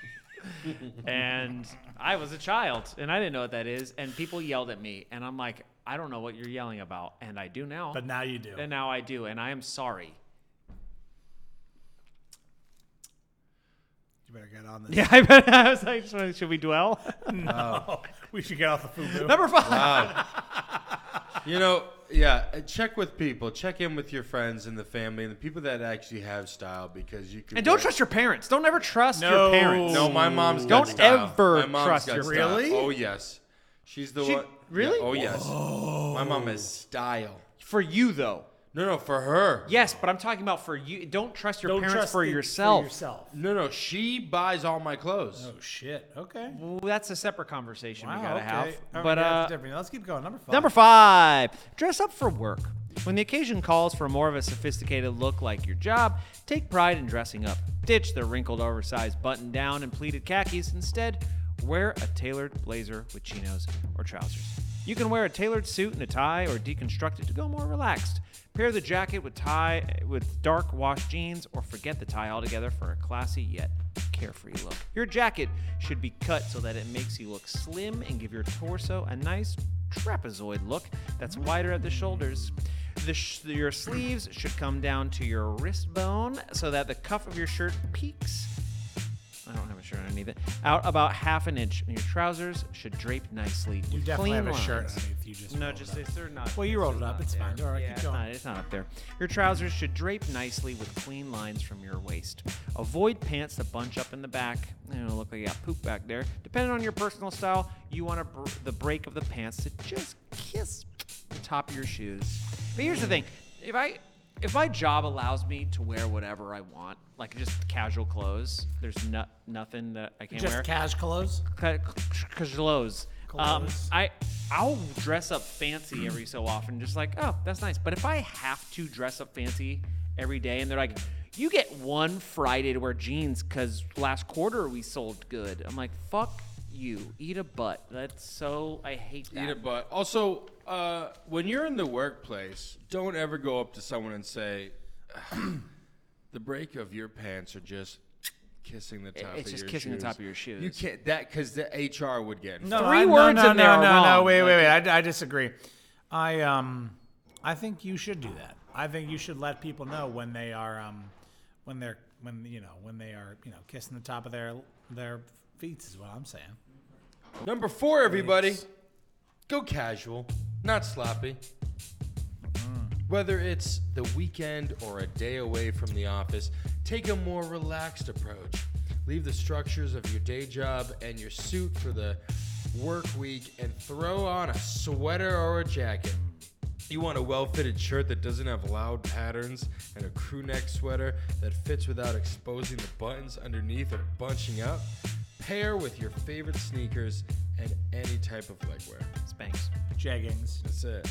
Speaker 3: and I was a child, and I didn't know what that is. And people yelled at me, and I'm like, "I don't know what you're yelling about," and I do now.
Speaker 2: but now you do.
Speaker 3: and now I do, and I am sorry.
Speaker 2: You better get on this.
Speaker 3: Yeah, I, bet, I was like, "Should we dwell?"
Speaker 2: we should get off the FUBU.
Speaker 3: Number five.
Speaker 4: You know, yeah, uh, check with people. Check in with your friends and the family and the people that actually have style because you can.
Speaker 3: And don't trust your parents. Don't ever trust your parents.
Speaker 4: No, my mom's got
Speaker 3: Don't
Speaker 4: style.
Speaker 3: ever
Speaker 4: my mom's
Speaker 3: trust
Speaker 4: got
Speaker 3: your-
Speaker 4: style.
Speaker 2: Really?
Speaker 4: Oh yes, she's the
Speaker 3: She-
Speaker 4: one.
Speaker 3: really?
Speaker 4: Yeah, Oh yes. My mom has style.
Speaker 3: For you though.
Speaker 4: No, no, for her.
Speaker 3: Yes, but I'm talking about for you. Don't trust your
Speaker 2: Don't
Speaker 3: parents
Speaker 2: trust
Speaker 3: for,
Speaker 2: it
Speaker 3: yourself.
Speaker 2: For yourself.
Speaker 4: No, no, she buys all my clothes.
Speaker 2: Oh shit. Okay.
Speaker 3: Well, that's a separate conversation we gotta
Speaker 2: okay.
Speaker 3: have.
Speaker 2: Oh,
Speaker 3: but
Speaker 2: yeah,
Speaker 3: uh,
Speaker 2: it's different. let's keep going. Number five.
Speaker 3: Number five, dress up for work. When the occasion calls for more of a sophisticated look like your job, take pride in dressing up. Ditch the wrinkled, oversized button down and pleated khakis. Instead, wear a tailored blazer with chinos or trousers. You can wear a tailored suit and a tie or deconstruct it to go more relaxed. Pair the jacket with tie with dark wash jeans or forget the tie altogether for a classy yet carefree look. Your jacket should be cut so that it makes you look slim and give your torso a nice trapezoid look that's wider at the shoulders. The sh- your sleeves should come down to your wrist bone so that the cuff of your shirt peaks I don't have a shirt underneath it. Out about half an inch, and your trousers should drape nicely.
Speaker 2: You
Speaker 3: with
Speaker 2: definitely
Speaker 3: clean
Speaker 2: have a shirt
Speaker 3: lines.
Speaker 2: underneath. You just
Speaker 3: No,
Speaker 2: rolled
Speaker 3: just
Speaker 2: it up.
Speaker 3: it's, they're not.
Speaker 2: Well, you
Speaker 3: this
Speaker 2: rolled
Speaker 3: is
Speaker 2: it up.
Speaker 3: not
Speaker 2: It's
Speaker 3: there.
Speaker 2: fine. All right,
Speaker 3: yeah,
Speaker 2: keep
Speaker 3: it's
Speaker 2: going.
Speaker 3: not- it's not up there. Your trousers should drape nicely with clean lines from your waist. Avoid pants that bunch up in the back. It'll look like you got poop back there. Depending on your personal style, you want a br- the break of the pants to just kiss the top of your shoes. But here's the thing: if I if my job allows me to wear whatever I want, like just casual clothes, there's no, nothing that I can't wear
Speaker 2: Just cash clothes.
Speaker 3: clothes. Um,
Speaker 2: Clothes.
Speaker 3: I I'll dress up fancy every so often, just like oh that's nice. But if I have to dress up fancy every day, and they're like, you get one Friday to wear jeans because last quarter we sold good. I'm like, fuck you, eat a butt. That's so I hate that.
Speaker 4: Eat a butt. Also, uh, when you're in the workplace, don't ever go up to someone and say, "The break of your pants are just kissing the top
Speaker 3: it's
Speaker 4: of
Speaker 3: just
Speaker 4: your
Speaker 3: kissing the
Speaker 4: shoes."
Speaker 3: top of your shoes.
Speaker 4: You can't that because the HR would get.
Speaker 2: No,
Speaker 3: Three
Speaker 2: I, no,
Speaker 3: words
Speaker 2: no,
Speaker 3: in there
Speaker 2: no,
Speaker 3: are
Speaker 2: no, No,
Speaker 3: wrong.
Speaker 2: wait, wait, wait. I, I disagree. I um, I think you should do that. I think you should let people know when they are um, when they're when you know when they are you know kissing the top of their their feet is what I'm saying.
Speaker 4: Number four, everybody, go casual, not sloppy. Whether it's the weekend or a day away from the office, take a more relaxed approach. Leave the structures of your day job and your suit for the work week and throw on a sweater or a jacket. You want a well fitted shirt that doesn't have loud patterns and a crew neck sweater that fits without exposing the buttons underneath or bunching up. Pair with your favorite sneakers and any type of legwear.
Speaker 3: Spanks.
Speaker 2: Jeggings.
Speaker 4: That's it.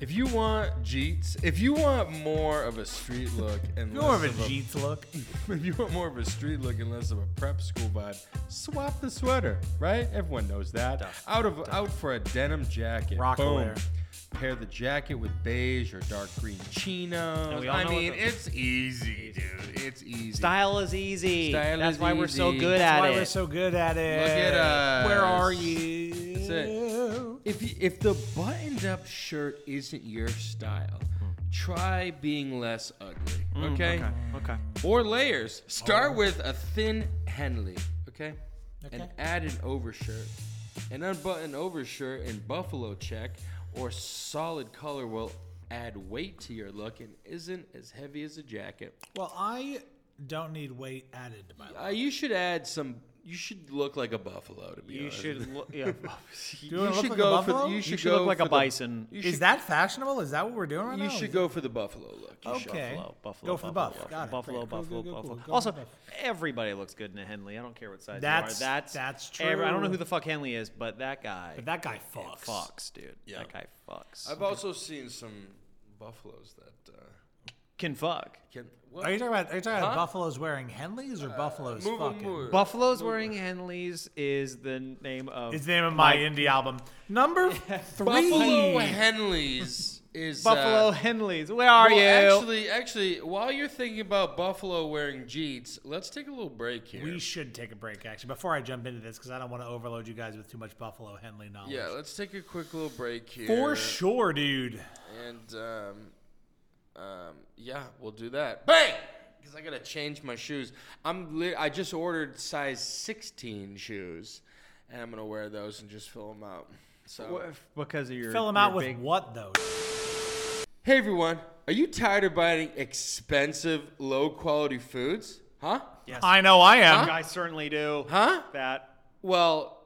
Speaker 4: If you want Jeets, if you want more of a street look and
Speaker 2: More of
Speaker 4: less
Speaker 2: a Jeets look.
Speaker 4: if you want more of a street look and less of a prep school vibe, swap the sweater, right? Everyone knows that. Out of out for a denim jacket.
Speaker 2: Rock
Speaker 4: Boom.
Speaker 2: aware.
Speaker 4: Pair the jacket with beige or dark green
Speaker 3: And
Speaker 4: chinos.
Speaker 3: we all
Speaker 4: I
Speaker 3: know what
Speaker 4: mean,
Speaker 3: the-
Speaker 4: it's easy, dude. It's easy.
Speaker 3: Style is easy.
Speaker 4: Style
Speaker 3: that's
Speaker 4: is
Speaker 3: why we're so
Speaker 4: easy.
Speaker 3: good
Speaker 4: That's
Speaker 3: at
Speaker 2: That's why
Speaker 3: it.
Speaker 2: we're so good at it.
Speaker 4: at us.
Speaker 2: Where are you?
Speaker 4: That's it. If you, if the buttoned-up shirt isn't your style, try being less ugly. Okay.
Speaker 3: Hmm. Mm, okay. Okay.
Speaker 4: Or layers. Start with a thin Henley, okay? And
Speaker 2: Oh. Okay.
Speaker 4: add an overshirt. An unbuttoned overshirt in buffalo check or solid color will add weight to your look and isn't as heavy as a jacket.
Speaker 2: Well, I don't need weight added to my life.
Speaker 4: Uh, you should add some. You should look like a buffalo to be
Speaker 3: You
Speaker 4: honest.
Speaker 3: should look.
Speaker 2: Do
Speaker 3: Yeah.
Speaker 2: I
Speaker 4: You
Speaker 2: look
Speaker 4: should
Speaker 2: like a
Speaker 4: go for.
Speaker 2: buffalo?
Speaker 4: the- You
Speaker 3: you
Speaker 4: should,
Speaker 3: should look
Speaker 4: go
Speaker 3: like a
Speaker 4: for the-
Speaker 3: bison.
Speaker 4: you
Speaker 2: is
Speaker 4: should-
Speaker 2: that fashionable? Is that what we're doing right now?
Speaker 4: You should
Speaker 2: Is
Speaker 4: go for the buffalo look. You should.
Speaker 2: Okay.
Speaker 3: Buffalo, buffalo,
Speaker 2: Go for the
Speaker 3: buffalo,
Speaker 2: buff.
Speaker 3: buffalo,
Speaker 2: Got it.
Speaker 3: buffalo,
Speaker 2: Great. Cool,
Speaker 3: buffalo,
Speaker 2: cool, cool,
Speaker 3: buffalo.
Speaker 2: cool. Go
Speaker 3: also,
Speaker 2: for the buff.
Speaker 3: everybody looks good in a Henley. I don't care what size
Speaker 2: That's-
Speaker 3: you are. That's
Speaker 2: that's
Speaker 3: I don't know
Speaker 2: true.
Speaker 3: who the fuck Henley is, but that guy
Speaker 2: But that guy fucks.
Speaker 3: fucks, dude.
Speaker 4: Yeah.
Speaker 3: That guy fucks.
Speaker 4: I've also seen some buffaloes that uh,
Speaker 3: Can fuck.
Speaker 4: can.
Speaker 2: Are you talking about? Are you talking
Speaker 4: Huh? Uh,
Speaker 2: about buffaloes wearing Henleys or buffaloes
Speaker 4: move 'em,
Speaker 2: fucking?
Speaker 4: move 'em.
Speaker 3: Buffalo's wearing Henleys is the name of
Speaker 2: Is the name of my indie album number three.
Speaker 4: Buffalo Henleys is uh,
Speaker 3: Buffalo Henleys. Where are
Speaker 4: well,
Speaker 3: you?
Speaker 4: Actually, actually, while you're thinking about Buffalo wearing Jeets, let's take a little break here.
Speaker 2: We should take a break actually before I jump into this because I don't want to overload you guys with too much Buffalo Henley knowledge.
Speaker 4: yeah, let's take a quick little break here.
Speaker 2: for sure, dude.
Speaker 4: And um, um, yeah, we'll do that. Bang! Because I gotta change my shoes. I'm li- I just ordered size 16 shoes, and I'm gonna wear those and just fill them out. So.
Speaker 3: What if- Because of your
Speaker 2: Fill them out
Speaker 3: your
Speaker 2: with
Speaker 3: big-
Speaker 2: what though?
Speaker 4: Hey everyone, are you tired of buying expensive, low quality foods? Huh?
Speaker 2: I know I am.
Speaker 3: I certainly do.
Speaker 4: Huh?
Speaker 3: That.
Speaker 4: Well,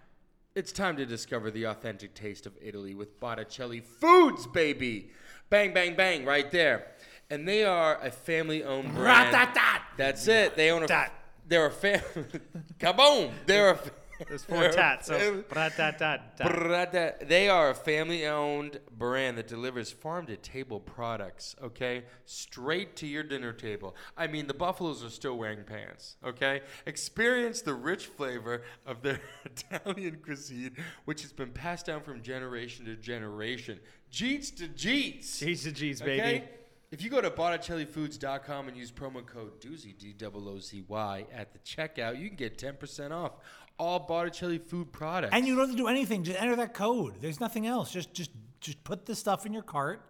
Speaker 4: it's time to discover the authentic taste of Italy with Botticelli Foods, baby. Bang, bang, bang, right there. And they are a family-owned brand.
Speaker 2: Ratatat.
Speaker 4: That's it. They own a.
Speaker 2: Tat.
Speaker 4: They're a family. Kaboom! They're a.
Speaker 3: There's four tats. So bra-ta-ta-ta.
Speaker 4: Brada- They are a family owned brand that delivers farm to table products, okay? Straight to your dinner table. I mean, the buffaloes are still wearing pants, okay? Experience the rich flavor of their Italian cuisine, which has been passed down from generation to generation. Jeets to Jeets.
Speaker 3: Jeez, to jeez, baby.
Speaker 4: Okay? If you go to BotticelliFoods.com and use promo code Doozy D O O Z Y at the checkout, you can get 10% off all Botticelli food products.
Speaker 2: And you don't have to do anything. Just enter that code. There's nothing else. Just just just put the stuff in your cart.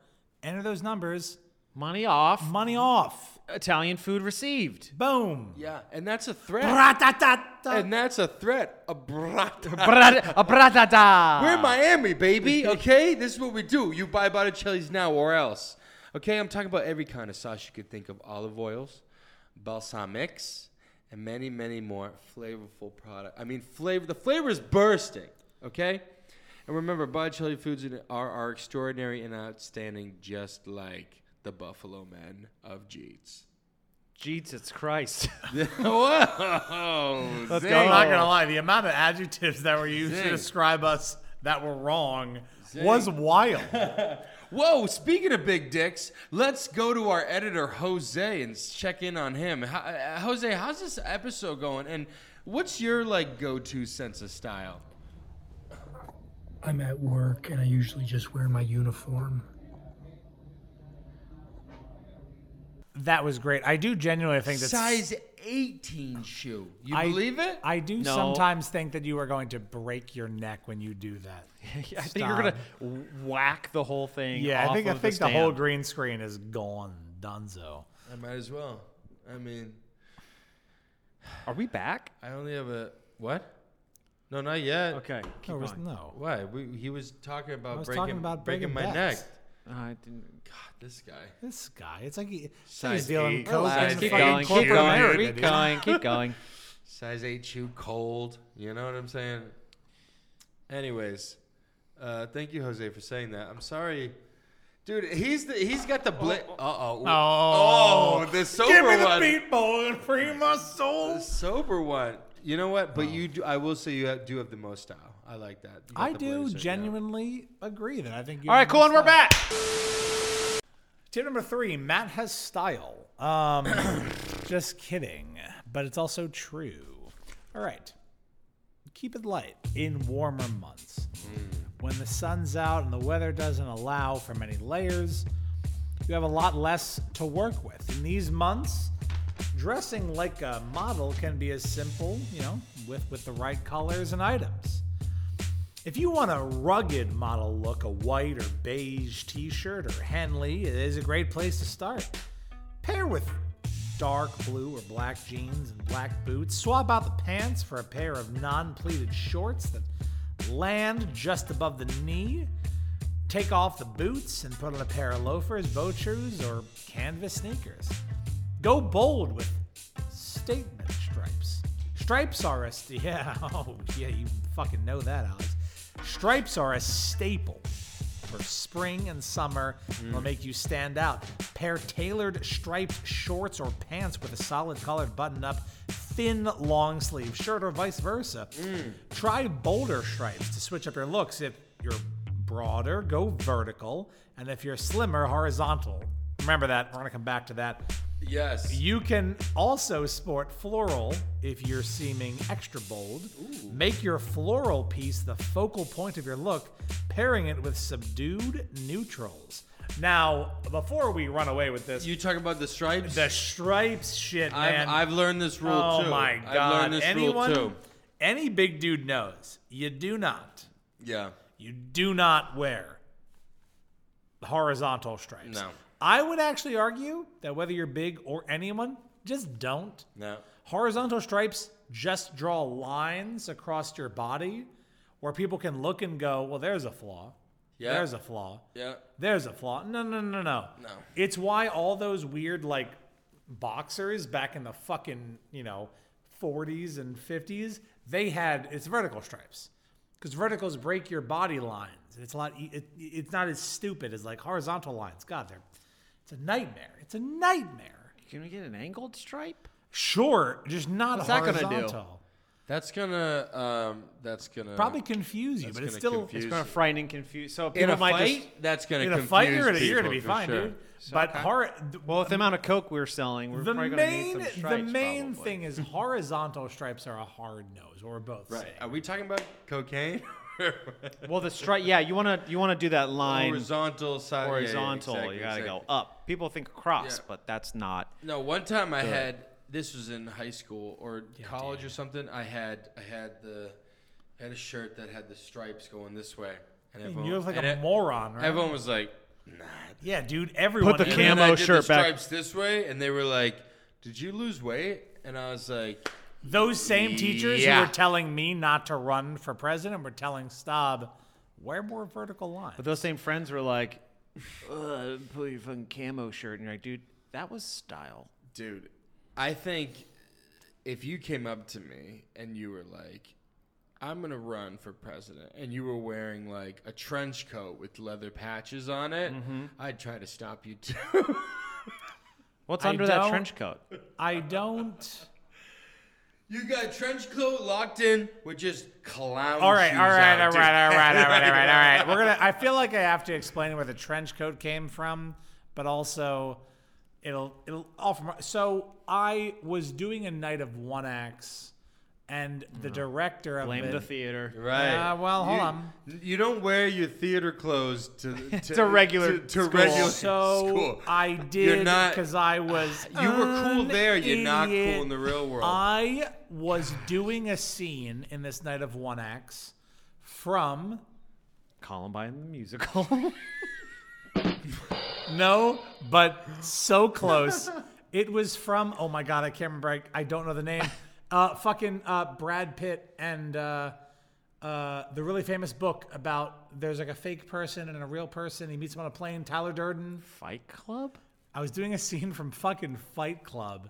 Speaker 2: Enter those numbers.
Speaker 3: Money off.
Speaker 2: Money off.
Speaker 3: Italian food received.
Speaker 2: Boom.
Speaker 4: yeah, and that's a threat.
Speaker 2: Ra-ta-ta-ta.
Speaker 4: And that's a threat. A brat.
Speaker 3: Bra- a bra-ta-ta.
Speaker 4: We're in Miami, baby. Okay, this is what we do. You buy Botticelli's now or else. Okay, I'm talking about every kind of sauce you could think of: olive oils, balsamics, and many, many more flavorful product. I mean, flavor. The flavor is bursting. Okay, and remember, Botticelli foods are are extraordinary and outstanding, just like the Buffalo Men of Jeets.
Speaker 3: Jesus Christ.
Speaker 4: Whoa!
Speaker 3: Let's
Speaker 4: zing.
Speaker 3: go.
Speaker 5: I'm not gonna lie, the amount of adjectives that were used
Speaker 4: Zing.
Speaker 5: to describe us that were wrong was wild.
Speaker 4: Whoa, speaking of big dicks, let's go to our editor, Jose, and check in on him. Ho- uh, Jose, how's this episode going? And what's your, like, go-to sense of style?
Speaker 6: I'm at work and I usually just wear my uniform.
Speaker 2: That was great. I do genuinely think that
Speaker 4: Size 18 shoe. You
Speaker 2: I-
Speaker 4: believe it?
Speaker 2: I do
Speaker 3: No.
Speaker 2: sometimes think that you are going to break your neck when you do that.
Speaker 3: I think you're gonna w- whack the whole thing.
Speaker 2: Yeah, I
Speaker 3: off
Speaker 2: think I
Speaker 3: of
Speaker 2: think the, whole
Speaker 3: stand.
Speaker 2: green screen is gone, Dunzo.
Speaker 4: I might as well. I mean,
Speaker 3: Are we back?
Speaker 4: I only have a... What? No, not yet.
Speaker 3: Okay. Keep
Speaker 2: No, it was-
Speaker 3: going.
Speaker 2: no.
Speaker 4: Why? We, he was talking about
Speaker 2: I was
Speaker 4: breaking,
Speaker 2: talking about
Speaker 4: breaking,
Speaker 2: breaking
Speaker 4: my
Speaker 2: backs.
Speaker 4: neck.
Speaker 3: Uh, I didn't.
Speaker 4: God, this guy.
Speaker 2: This guy, it's like, he, it's like
Speaker 4: Size
Speaker 2: he's dealing
Speaker 4: eight.
Speaker 2: with coke
Speaker 4: Size
Speaker 2: in
Speaker 4: eight.
Speaker 3: keep
Speaker 2: fucking
Speaker 3: going. Keep
Speaker 2: corporate
Speaker 3: going.
Speaker 2: America,
Speaker 3: Keep
Speaker 2: dude.
Speaker 3: going. Keep going.
Speaker 4: size eight shoe cold. You know what I'm saying? Anyways, uh, thank you, Jose, for saying that. I'm sorry. Dude, he's the he's got the bla Uh oh.
Speaker 2: Oh.
Speaker 4: the sober
Speaker 2: Give me the
Speaker 4: one.
Speaker 2: meatball and free my soul.
Speaker 4: The sober one. You know what?
Speaker 2: Oh.
Speaker 4: But you do. I will say you have, do have the most style. I like that. You got
Speaker 2: I
Speaker 4: the
Speaker 2: do
Speaker 4: blazer, yeah.
Speaker 2: genuinely agree that I think. You
Speaker 3: All right, cool, and we're back.
Speaker 2: Tip number three: Matt has style. Um, just kidding, but it's also true. All right, keep it light in warmer months when the sun's out and the weather doesn't allow for many layers. You have a lot less to work with in these months. Dressing like a model can be as simple, you know, with with the right colors and items. If you want a rugged model look, a white or beige t shirt or Henley is a great place to start. Pair with dark blue or black jeans and black boots. Swap out the pants for a pair of non pleated shorts that land just above the knee. Take off the boots and put on a pair of loafers, boat shoes, or canvas sneakers. Go bold with statement stripes. Stripes are a st- yeah oh yeah you fucking know that Alex. Stripes are a staple for spring and summer. They'll make you stand out. Pair tailored striped shorts or pants with a solid colored button up thin long sleeve shirt or vice versa. Try bolder stripes to switch up your looks. If you're broader, go vertical, and if you're slimmer, horizontal. Remember that. We're gonna come back to that.
Speaker 4: Yes.
Speaker 2: You can also sport floral if you're seeming extra bold. Make your floral piece the focal point of your look, pairing it with subdued neutrals. Now, before we run away with this,
Speaker 4: You talking about the stripes?
Speaker 2: the stripes shit, man.
Speaker 4: I've, I've learned this rule
Speaker 2: oh
Speaker 4: too.
Speaker 2: my god!
Speaker 4: I've learned this
Speaker 2: Anyone,
Speaker 4: rule too.
Speaker 2: any big dude knows you do not,
Speaker 4: Yeah.
Speaker 2: you do not wear horizontal stripes.
Speaker 4: No.
Speaker 2: I would actually argue that whether you're big or anyone, just don't.
Speaker 4: No.
Speaker 2: Horizontal stripes just draw lines across your body where people can look and go, well, there's a flaw.
Speaker 4: Yeah.
Speaker 2: There's a flaw.
Speaker 4: Yeah.
Speaker 2: There's a flaw. No, no, no, no.
Speaker 4: No.
Speaker 2: It's why all those weird, like, boxers back in the fucking, you know, 40s and 50s, they had, it's vertical stripes. Because verticals break your body lines. And it's a lot, e- it, it's not as stupid as, like, horizontal lines. God, they're, it's a nightmare. It's a nightmare.
Speaker 3: Can we get an angled stripe?
Speaker 2: Sure, just not
Speaker 3: What's that gonna do? Oh.
Speaker 2: horizontal.
Speaker 4: That's gonna. Um, that's gonna
Speaker 2: Probably confuse you,
Speaker 4: that's
Speaker 2: but it's
Speaker 4: gonna
Speaker 2: still
Speaker 4: confuse
Speaker 3: It's gonna frighten and confuse. So people
Speaker 4: in a
Speaker 3: might
Speaker 4: fight.
Speaker 3: just.
Speaker 4: that's gonna
Speaker 2: in a
Speaker 4: confuse
Speaker 2: fight. You're gonna,
Speaker 4: people
Speaker 2: you're gonna be
Speaker 4: for
Speaker 2: fine,
Speaker 4: sure.
Speaker 2: dude. But horror.
Speaker 3: Well, with the amount of coke we were selling, we're
Speaker 2: the
Speaker 3: probably
Speaker 2: main
Speaker 3: gonna need some
Speaker 2: the
Speaker 3: stripes,
Speaker 2: main
Speaker 3: probably.
Speaker 2: thing is horizontal stripes are a hard nose. We're both
Speaker 4: Right?
Speaker 2: saying.
Speaker 4: Are we talking about cocaine?
Speaker 3: Well, the stripe. Yeah, you wanna you wanna do that line
Speaker 4: horizontal side. yeah, yeah,
Speaker 3: horizontal.
Speaker 4: exactly,
Speaker 3: you gotta
Speaker 4: exactly.
Speaker 3: go up. People think across,
Speaker 4: Yeah.
Speaker 3: but that's not.
Speaker 4: No, one time I had this was in high school or college or something. I had I had the I had a shirt that had the stripes going this way, and everyone,
Speaker 2: You look like
Speaker 4: and
Speaker 2: a
Speaker 4: it-
Speaker 2: moron, right?
Speaker 4: everyone was like,
Speaker 2: yeah, dude. Everyone.
Speaker 3: the
Speaker 2: is.
Speaker 3: cam-
Speaker 4: and then I
Speaker 3: Camo
Speaker 4: did the
Speaker 3: shirt back.
Speaker 4: stripes this way, and they were like, "Did you lose weight?" And I was like,
Speaker 2: Those same teachers
Speaker 4: Yeah.
Speaker 2: who were telling me not to run for president were telling Staub, wear more vertical lines.
Speaker 3: But those same friends were like, Ugh, "Put your fucking camo shirt," and you're like, "Dude, that was style."
Speaker 4: Dude, I think if you came up to me and you were like, I'm going to run for president, and you were wearing like a trench coat with leather patches on it,
Speaker 2: Mm-hmm.
Speaker 4: I'd try to stop you too.
Speaker 3: What's
Speaker 2: I
Speaker 3: under that
Speaker 2: don't-
Speaker 3: trench coat?
Speaker 2: I don't.
Speaker 4: you got trench coat locked in with just clown
Speaker 2: All right,
Speaker 4: shoes
Speaker 2: all right,
Speaker 4: on,
Speaker 2: all right, all
Speaker 4: dude.
Speaker 2: right, all right, all right, all right, all right. We're gonna. I feel like I have to explain where the trench coat came from, but also, it'll it'll all from. So I was doing a night of one acts, and the
Speaker 4: Mm.
Speaker 2: director of
Speaker 3: Blame
Speaker 2: it,
Speaker 3: the theater.
Speaker 4: Right.
Speaker 2: Uh, well, hold
Speaker 4: You-
Speaker 2: on.
Speaker 4: You don't wear your theater clothes to to,
Speaker 3: regular
Speaker 4: to, to
Speaker 3: school.
Speaker 4: regular
Speaker 2: So
Speaker 4: school.
Speaker 2: I
Speaker 4: You're
Speaker 2: did
Speaker 4: not-
Speaker 2: because I was.
Speaker 4: You were cool
Speaker 2: an
Speaker 4: there. You're not
Speaker 2: idiot.
Speaker 4: cool in the real world.
Speaker 2: I was doing a scene in this night of one acts from
Speaker 3: Columbine the musical.
Speaker 2: no, but so close. it was from oh my god, I can't remember. I, I don't know the name. Uh, fucking uh, Brad Pitt and uh, uh, the really famous book about there's like a fake person and a real person. He meets him on a plane. Tyler Durden.
Speaker 3: Fight Club
Speaker 2: I was doing a scene from fucking Fight Club.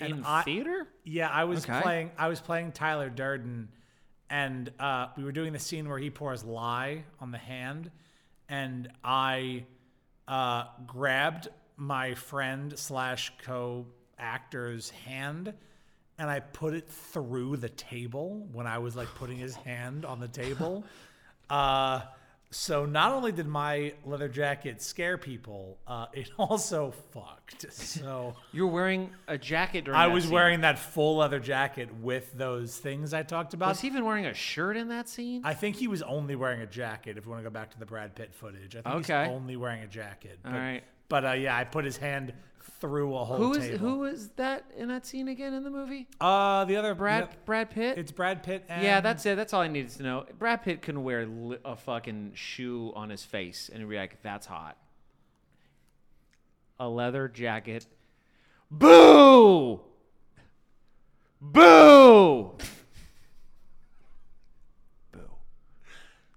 Speaker 3: in
Speaker 2: I-
Speaker 3: theater.
Speaker 2: Yeah, I was
Speaker 3: Okay.
Speaker 2: playing. I was playing Tyler Durden, and uh, we were doing the scene where he pours lye on the hand, and I uh, grabbed my friend slash co actor's hand, and I put it through the table when I was like putting his hand on the table. Uh, so not only did my leather jacket scare people, uh, it also fucked. So.
Speaker 3: You were wearing a jacket during.
Speaker 2: I
Speaker 3: that
Speaker 2: was
Speaker 3: scene.
Speaker 2: wearing that full leather jacket with those things I talked about.
Speaker 3: Was he even wearing a shirt in that scene?
Speaker 2: I think he was only wearing a jacket. If you want to go back to the Brad Pitt footage, I think
Speaker 3: Okay.
Speaker 2: he's only wearing a jacket. But,
Speaker 3: All right.
Speaker 2: But uh, yeah, I put his hand through a whole
Speaker 3: Who is
Speaker 2: table.
Speaker 3: who is that in that scene again in the movie?
Speaker 2: Uh, the other
Speaker 3: Brad
Speaker 2: no,
Speaker 3: Brad Pitt.
Speaker 2: it's Brad Pitt. And,
Speaker 3: yeah, that's it. That's all I needed to know. Brad Pitt can wear li- a fucking shoe on his face and be like, "That's hot." A leather jacket. Boo! Boo!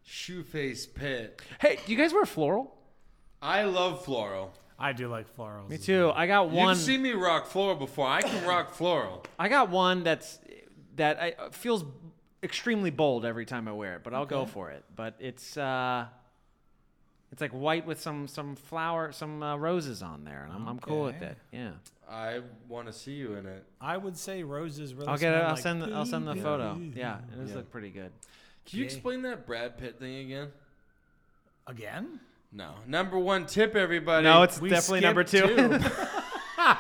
Speaker 4: Shoe face pit.
Speaker 3: Hey, do you guys wear floral?
Speaker 4: I love floral.
Speaker 2: I do like florals.
Speaker 3: Me too. I got
Speaker 4: You've
Speaker 3: one.
Speaker 4: seen me rock floral before. I can rock floral.
Speaker 3: I got one that's that I, uh, feels extremely bold every time I wear it, but I'll go for it. But it's uh, it's like white with some some flower, some uh, roses on there, and I'm, I'm cool with
Speaker 2: Okay.
Speaker 3: it. Yeah,
Speaker 4: I want to see you in it.
Speaker 2: I would say roses really.
Speaker 3: I'll get it.
Speaker 2: smell
Speaker 3: I'll
Speaker 2: like
Speaker 3: send. I'll send the
Speaker 2: baby.
Speaker 3: photo. Yeah, it does look pretty good.
Speaker 4: Can you explain that Brad Pitt thing again?
Speaker 2: again.
Speaker 4: No. Number one tip, everybody.
Speaker 3: No, it's
Speaker 2: We
Speaker 3: definitely number two.
Speaker 2: skipped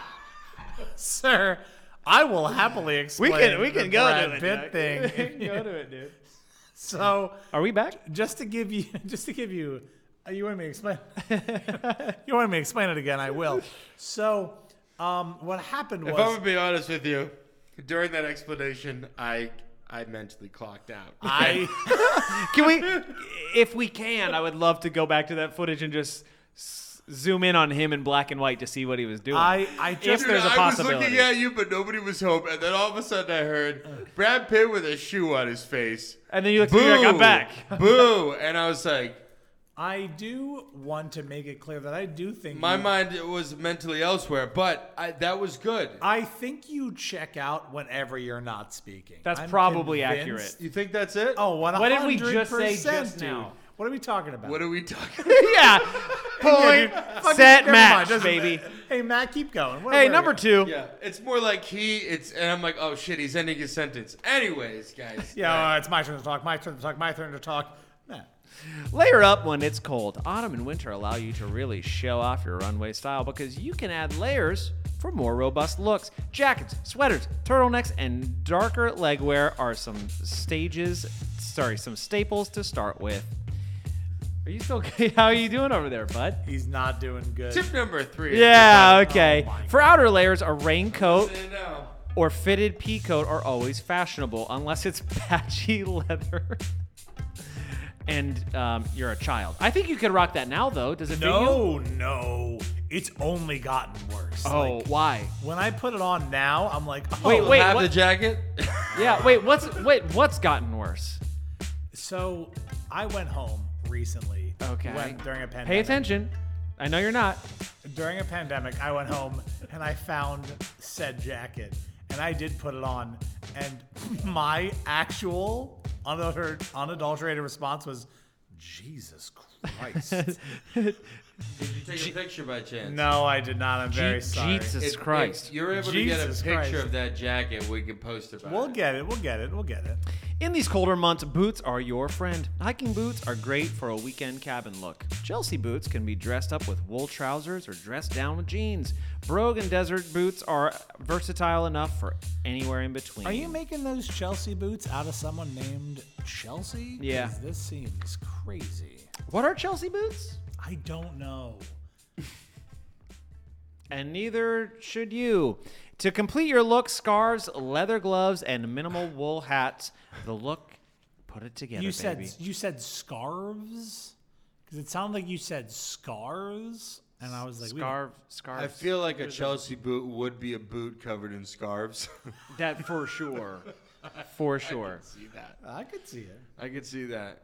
Speaker 2: Sir, I will happily explain.
Speaker 3: we can
Speaker 2: the
Speaker 3: go
Speaker 2: Brad
Speaker 3: to it, Jack.
Speaker 2: Pitt thing.
Speaker 3: go to it, dude.
Speaker 2: so.
Speaker 3: Are we back?
Speaker 2: just to give you, just to give you, uh, you want me to explain? you want me to explain it again? I will. So, um, what happened
Speaker 4: if I'm
Speaker 2: was
Speaker 4: gonna be honest with you, during that explanation, I I mentally clocked out.
Speaker 2: I,
Speaker 3: Can we? If we can, I would love to go back to that footage and just s- zoom in on him in black and white to see what he was doing.
Speaker 2: I, I
Speaker 3: If
Speaker 2: just,
Speaker 4: Dude,
Speaker 3: there's a
Speaker 4: I was looking
Speaker 3: possibility.
Speaker 4: at you, but nobody was home, and then all of a sudden I heard Brad Pitt with a shoe on his face.
Speaker 3: and then you look at me you're like, I'm back.
Speaker 4: boo! And I was like,
Speaker 2: I do want to make it clear that I do think
Speaker 4: my
Speaker 3: Mm.
Speaker 2: you-
Speaker 4: mind was mentally elsewhere, but I, that was good.
Speaker 2: I think you check out whenever you're not speaking.
Speaker 3: That's
Speaker 2: I'm
Speaker 3: probably
Speaker 2: convinced-
Speaker 3: accurate.
Speaker 4: You think that's it?
Speaker 2: Oh, what?
Speaker 3: What did we just say just now?
Speaker 2: What are we talking about?
Speaker 4: What are we talking?
Speaker 3: yeah. Point.
Speaker 2: Fucking-
Speaker 3: set
Speaker 2: never mind,
Speaker 3: match,
Speaker 2: doesn't
Speaker 3: baby.
Speaker 2: Hey, Matt, keep going. Where-
Speaker 3: Hey,
Speaker 2: where are
Speaker 3: number
Speaker 2: you?
Speaker 3: two.
Speaker 4: Yeah, it's more like he. It's and I'm like, oh shit, he's ending his sentence. Anyways, guys.
Speaker 2: Yeah,
Speaker 4: like,
Speaker 2: uh, it's my turn to talk. My turn to talk. My turn to talk. Matt.
Speaker 3: Layer up when it's cold. Autumn and winter allow you to really show off your runway style because you can add layers for more robust looks. Jackets, sweaters, turtlenecks, and darker legwear are some stages, sorry, some staples to start with. Are you still How are you doing over there, bud?
Speaker 2: He's not doing good.
Speaker 4: tip number three.
Speaker 3: Yeah, okay. For outer layers, a raincoat
Speaker 4: Say it now.
Speaker 3: or fitted pea coat are always fashionable unless it's patchy leather. and um, you're a child. I think you could rock that now, though. Does it fit you?
Speaker 2: No, no. It's only gotten worse.
Speaker 3: Oh,
Speaker 2: Like,
Speaker 3: why?
Speaker 2: when I put it on now, I'm like, oh,
Speaker 3: Wait, wait,
Speaker 4: Have
Speaker 3: what?
Speaker 4: the jacket.
Speaker 3: yeah, wait. What's wait? What's gotten worse?
Speaker 2: So I went home recently.
Speaker 3: Okay.
Speaker 2: When, during a pandemic.
Speaker 3: Pay attention. I know you're not.
Speaker 2: During a pandemic, I went home and I found said jacket, and I did put it on, and my actual unadulter- unadulterated response was, "Jesus Christ!"
Speaker 4: Did you take a picture by chance?
Speaker 2: no, I did not. I'm very
Speaker 3: Je-
Speaker 2: sorry.
Speaker 4: If-
Speaker 3: Jesus
Speaker 4: if
Speaker 3: Christ.
Speaker 4: you're able
Speaker 2: Jesus
Speaker 4: to get a picture
Speaker 2: Christ.
Speaker 4: of that jacket. We can post about
Speaker 2: We'll
Speaker 4: it.
Speaker 2: get it. We'll get it. We'll get it.
Speaker 3: In these colder months, boots are your friend. Hiking boots are great for a weekend cabin look. Chelsea boots can be dressed up with wool trousers or dressed down with jeans. Brogue and desert boots are versatile enough for anywhere in between.
Speaker 2: Are you making those Chelsea boots out of someone named Chelsea? 'Cause
Speaker 3: Yeah.
Speaker 2: This seems crazy.
Speaker 3: What are Chelsea boots?
Speaker 2: I don't know.
Speaker 3: And neither should you. To complete your look, scarves, leather gloves, and minimal wool hats. The look, put it together,
Speaker 2: you said
Speaker 3: baby.
Speaker 2: you said scarves because it sounded like you said scars, and I was like, we-
Speaker 3: Scarf, scarves.
Speaker 4: I feel like a Chelsea boot would be a boot covered in scarves.
Speaker 3: that for sure. For sure.
Speaker 4: see that?
Speaker 2: I could see it.
Speaker 4: I could see that.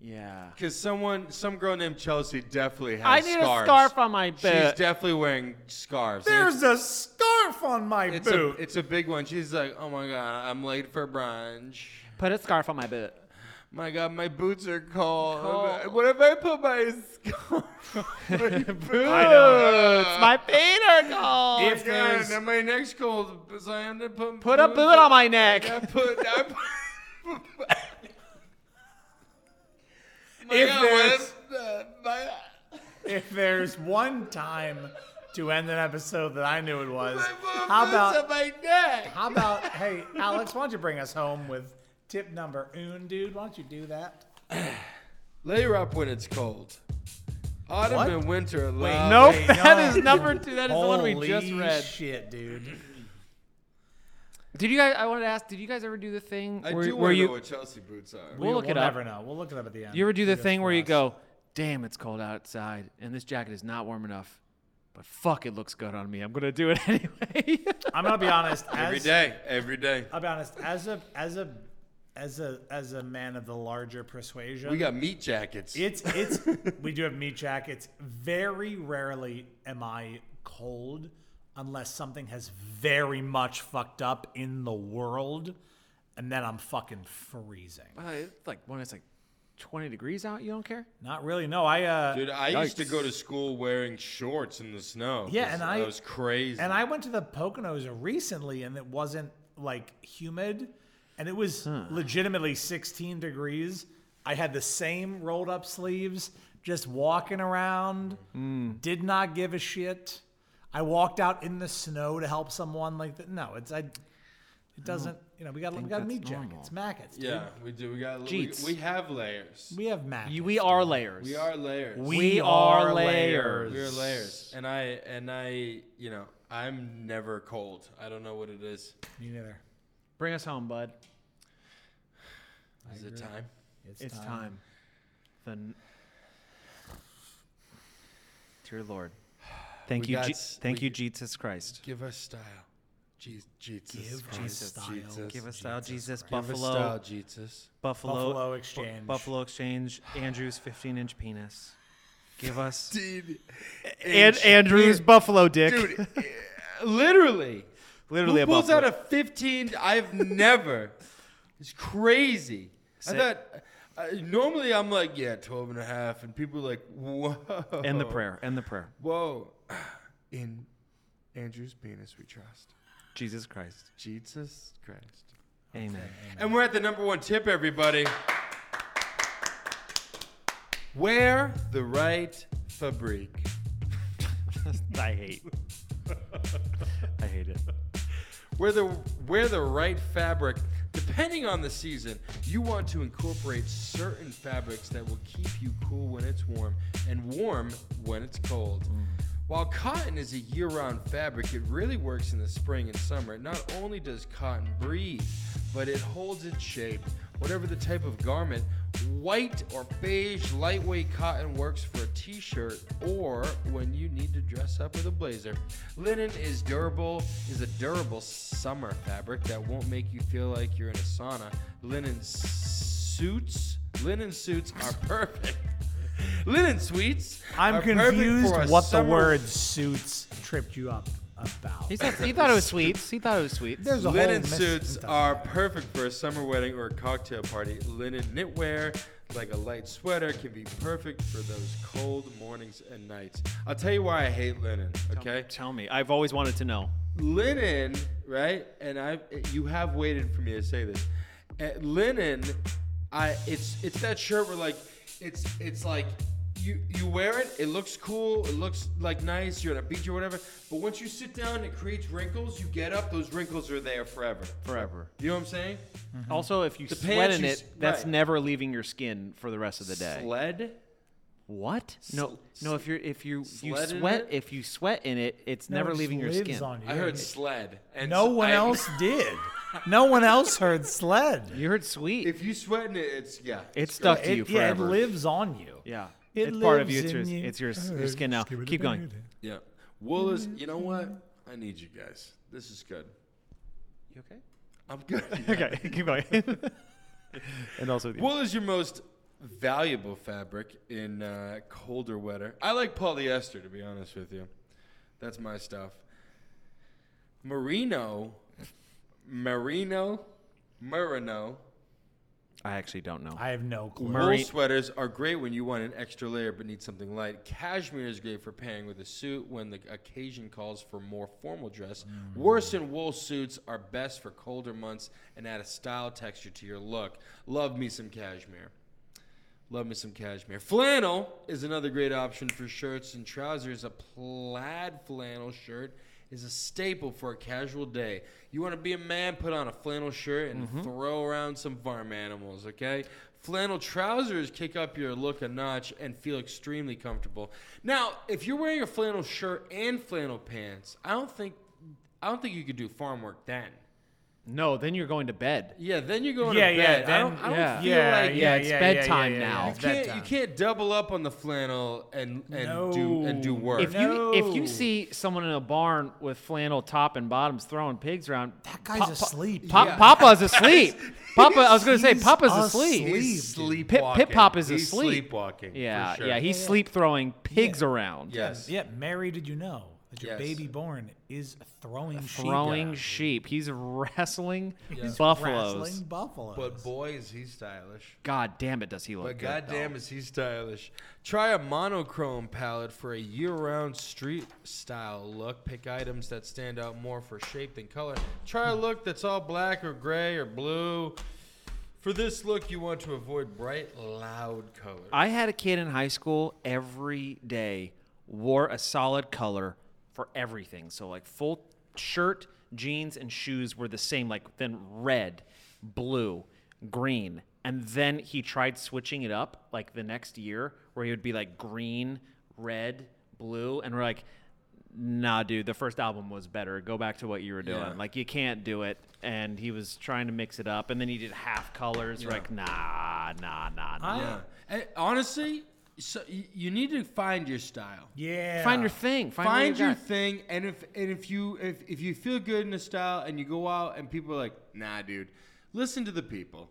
Speaker 3: Yeah.
Speaker 4: Because someone, some girl named Chelsea definitely has
Speaker 3: I need
Speaker 4: scarves.
Speaker 3: a scarf on my
Speaker 4: She's
Speaker 3: bed.
Speaker 4: definitely wearing scarves. and
Speaker 2: There's a scarf on my
Speaker 4: it's, it's a,
Speaker 2: boot.
Speaker 4: it's a big one. She's like, oh my god, I'm late for brunch.
Speaker 3: Put a scarf on my boot.
Speaker 4: My god, my boots are cold. What if I put my scarf on my boots? I
Speaker 3: It's my feet are cold.
Speaker 2: If
Speaker 4: God,
Speaker 2: there's-
Speaker 4: now my neck's cold. So I am to put
Speaker 3: Put a boot on my neck.
Speaker 4: I put. I put my
Speaker 2: If
Speaker 4: god,
Speaker 2: there's-
Speaker 4: what if, uh, my,
Speaker 2: if there's one time to end an episode that I knew it was,
Speaker 4: my
Speaker 2: how
Speaker 4: boots on
Speaker 2: about
Speaker 4: my neck?
Speaker 2: how about hey Alex, why don't you bring us home with tip number un, dude? Why don't you do that?
Speaker 4: Layer up when it's cold. Autumn
Speaker 2: What?
Speaker 4: and winter. Wait,
Speaker 3: nope,
Speaker 2: Wait,
Speaker 3: that
Speaker 2: no.
Speaker 3: is number two. That is the one we
Speaker 2: Holy
Speaker 3: just read.
Speaker 2: Shit, dude.
Speaker 3: Did you guys? I wanted to ask. Did you guys ever do the thing
Speaker 4: I
Speaker 3: where,
Speaker 4: do
Speaker 3: where
Speaker 4: want to
Speaker 3: you
Speaker 4: know what Chelsea boots are.
Speaker 3: We'll look
Speaker 2: we'll
Speaker 3: it up.
Speaker 2: never know. We'll look it up at the end.
Speaker 3: you ever do the
Speaker 2: Just
Speaker 3: thing
Speaker 2: for
Speaker 3: where you
Speaker 2: us.
Speaker 3: go, "Damn, it's cold outside, and this jacket is not warm enough, but fuck, it looks good on me. I'm gonna do it anyway."
Speaker 2: I'm gonna be honest.
Speaker 4: Every
Speaker 2: As,
Speaker 4: day, every day.
Speaker 2: I'll be honest. As a as a as a as a man of the larger persuasion,
Speaker 4: We got meat jackets.
Speaker 2: It's it's we do have meat jackets. Very rarely am I cold unless something has very much fucked up in the world and then I'm fucking freezing.
Speaker 3: Uh, it's like when it's like 20 degrees out, you don't care.
Speaker 2: Not really. No, I uh
Speaker 4: Dude, I used to go to school wearing shorts in the snow.
Speaker 2: Yeah,
Speaker 4: 'cause
Speaker 2: and I-
Speaker 4: that was crazy.
Speaker 2: and I went to the Poconos recently and it wasn't like humid and it was legitimately 16 degrees. I had the same rolled up sleeves just walking around.
Speaker 5: Hmm.
Speaker 2: Did not give a shit. I walked out in the snow to help someone like that. No, it's I it doesn't, you know, we got we got
Speaker 3: that's
Speaker 2: meat
Speaker 3: normal.
Speaker 2: jackets, mackets. Dude.
Speaker 4: yeah, we do. We got we,
Speaker 3: Jeets.
Speaker 4: we have layers.
Speaker 2: We have mackets.
Speaker 3: You, we are layers.
Speaker 4: We are layers.
Speaker 2: We,
Speaker 3: are
Speaker 2: are layers.
Speaker 3: layers.
Speaker 4: We are layers. And I and I, you know, I'm never cold. I don't know what it is.
Speaker 2: Me neither.
Speaker 3: Bring us home, bud.
Speaker 4: Is it time?
Speaker 3: It's time. Then, dear Lord, thank
Speaker 4: We
Speaker 3: you,
Speaker 4: got
Speaker 3: Je-
Speaker 4: s-
Speaker 3: thank
Speaker 4: we-
Speaker 3: you, Jesus Christ.
Speaker 4: Give us style. Jesus. Jesus.
Speaker 2: Give
Speaker 4: Christ.
Speaker 2: us style.
Speaker 4: Jesus.
Speaker 3: Give us style, Jesus.
Speaker 4: Give us
Speaker 3: Buffalo,
Speaker 4: style, Jesus.
Speaker 3: Buffalo,
Speaker 2: Buffalo
Speaker 3: Bu-
Speaker 2: Exchange.
Speaker 3: Buffalo Exchange. Andrew's 15-inch penis. Give us
Speaker 4: Dude.
Speaker 3: and Andrew's Buffalo dick.
Speaker 4: Dude, literally.
Speaker 3: literally
Speaker 4: Who
Speaker 3: a
Speaker 4: pulls
Speaker 3: Buffalo.
Speaker 4: out a 15? I've never. It's crazy. I
Speaker 3: Say-
Speaker 4: thought. Uh, normally I'm like, yeah, 12 and a half, and people are like, whoa.
Speaker 3: and the prayer. And the prayer.
Speaker 4: Whoa. In Andrew's penis we trust.
Speaker 3: Jesus Christ.
Speaker 4: Jesus Christ.
Speaker 3: Amen.
Speaker 4: And we're at the number one tip, everybody. Wear the right fabrique.
Speaker 3: I hate. I hate it.
Speaker 4: Wear the wear the right fabric. Depending on the season, you want to incorporate certain fabrics that will keep you cool when it's warm and warm when it's cold. While cotton is a year-round fabric, it really works in the spring and summer. Not only does cotton breathe, but it holds its shape. Whatever the type of garment, white or beige lightweight cotton works for a t-shirt or when you need to dress up with a blazer. Linen is durable is a durable summer fabric that won't make you feel like you're in a sauna. Linen suits, linen suits are perfect. Linen suites.
Speaker 5: I'm
Speaker 4: are perfect
Speaker 5: confused
Speaker 4: for a
Speaker 5: what the
Speaker 4: summer-
Speaker 5: word suits tripped you up about.
Speaker 3: He, said, he thought it was sweets. He thought it was sweets.
Speaker 5: There's a whole
Speaker 4: Linen
Speaker 5: mis-
Speaker 4: suits are perfect for a summer wedding or a cocktail party. Linen knitwear, like a light sweater, can be perfect for those cold mornings and nights. I'll tell you why I hate linen, okay?
Speaker 3: Tell me. I've always wanted to know.
Speaker 4: Linen, right? And I you have waited for me to say this. Uh, linen, I it's it's that shirt where like it's it's like you, you wear it, it looks cool, it looks like nice, you're on a beach or whatever, but once you sit down, it creates wrinkles, you get up, those wrinkles are there forever.
Speaker 3: Forever.
Speaker 4: You know what I'm saying?
Speaker 5: Mm-hmm.
Speaker 3: Also, if you
Speaker 4: The
Speaker 3: sweat
Speaker 4: pants
Speaker 3: in
Speaker 4: you
Speaker 3: it,
Speaker 4: s-
Speaker 3: that's
Speaker 4: right.
Speaker 3: never leaving your skin for the rest of the day.
Speaker 4: Sled?
Speaker 3: What? No, no. If you're if you you
Speaker 4: sled in
Speaker 3: sweat
Speaker 4: it?
Speaker 3: if you sweat in it, it's never,
Speaker 5: Never
Speaker 3: leaving your
Speaker 5: lives
Speaker 3: skin.
Speaker 5: on you.
Speaker 4: I heard sled. And
Speaker 5: No
Speaker 4: s-
Speaker 5: one
Speaker 4: I-
Speaker 5: else did. No one else heard sled.
Speaker 3: You heard sweet.
Speaker 4: If you sweat in it, it's yeah.
Speaker 3: it's stuck to
Speaker 5: It-
Speaker 3: you
Speaker 5: yeah, it
Speaker 3: forever.
Speaker 5: lives on you.
Speaker 3: Yeah.
Speaker 5: It
Speaker 3: it's part of you.
Speaker 5: lives
Speaker 3: It's your,
Speaker 5: in you. Uh,
Speaker 3: it's your, s- your skin now. Keep going.
Speaker 4: Yeah. Wool is. You know what? I need you guys. This is good.
Speaker 3: You okay?
Speaker 4: I'm good.
Speaker 3: Okay, keep going. and also,
Speaker 4: Wool is your most valuable fabric in uh, colder weather. I like polyester, to be honest with you. That's my stuff. Merino, merino, merino.
Speaker 3: I actually don't know.
Speaker 5: I have no clue.
Speaker 4: Wool
Speaker 3: Murray-
Speaker 4: sweaters are great when you want an extra layer but need something light. Cashmere is great for pairing with a suit when the occasion calls for more formal dress. Worsen wool suits are best for colder months and add a style texture to your look. Love me some cashmere. Love me some cashmere. Flannel is another great option for shirts and trousers. A plaid flannel shirt is a staple for a casual day. You want to be a man, put on a flannel shirt and throw around some farm animals, okay? Flannel trousers kick up your look a notch and feel extremely comfortable. Now, if you're wearing a flannel shirt and flannel pants, I don't think I don't think you could do farm work then.
Speaker 3: no, then you're going to bed.
Speaker 4: Yeah, then you're going
Speaker 5: Yeah,
Speaker 4: to
Speaker 5: yeah,
Speaker 4: bed. I don't,
Speaker 5: then-
Speaker 4: I don't
Speaker 3: yeah.
Speaker 4: feel
Speaker 5: Yeah,
Speaker 4: like
Speaker 5: yeah,
Speaker 3: it's
Speaker 5: yeah,
Speaker 3: bedtime
Speaker 5: yeah, yeah, yeah,
Speaker 3: now.
Speaker 5: it's
Speaker 4: you can't, you
Speaker 5: bedtime.
Speaker 4: can't double up on the flannel and and do
Speaker 5: No.
Speaker 4: and do work.
Speaker 3: If you if
Speaker 5: No.
Speaker 3: you see someone in a barn with flannel top and bottoms throwing pigs around,
Speaker 5: That guy's
Speaker 3: Pa- pa-
Speaker 5: asleep.
Speaker 3: Pa-
Speaker 4: Yeah.
Speaker 3: Papa's asleep. Papa, I was gonna say
Speaker 5: He's
Speaker 3: Papa's
Speaker 5: asleep.
Speaker 3: asleep.
Speaker 4: he's
Speaker 3: Pip-
Speaker 4: sleepwalking.
Speaker 3: Pip Pop is
Speaker 4: he's
Speaker 3: asleep.
Speaker 4: Sleepwalking. for
Speaker 3: Yeah,
Speaker 4: sure.
Speaker 3: yeah, he's sleep throwing pigs around.
Speaker 4: yes.
Speaker 5: Yeah, Mary, did you know that your
Speaker 4: Yes.
Speaker 5: baby born is throwing sheep?
Speaker 3: Throwing sheep. He's wrestling
Speaker 5: He's
Speaker 3: buffaloes.
Speaker 5: wrestling buffaloes.
Speaker 4: But boy, is he stylish.
Speaker 3: God damn it, does he look
Speaker 4: But
Speaker 3: good?
Speaker 4: goddamn, is he stylish. Try a monochrome palette for a year-round street style look. Pick items that stand out more for shape than color. Try a look that's all black or gray or blue. For this look, you want to avoid bright, loud colors.
Speaker 3: I had a kid in high school every day wore a solid color for everything. So like full shirt, jeans, and shoes were the same. Like then red, blue, green, and then he tried switching it up like the next year, where he would be like green, red, blue, and we're like. Nah, dude. The first album was better. Go back to what you were doing.
Speaker 4: Yeah.
Speaker 3: Like you can't do it. And he was trying to mix it up, and then he did half colors. We're like, nah, nah, nah, nah.
Speaker 4: Yeah. And honestly, so y- you need to find your style.
Speaker 5: yeah.
Speaker 3: Find your thing. Find, what
Speaker 4: Find
Speaker 3: you
Speaker 4: your
Speaker 3: got.
Speaker 4: thing, and if and if you if, if you feel good in a style, and you go out, and people are like, "Nah, dude," listen to the people,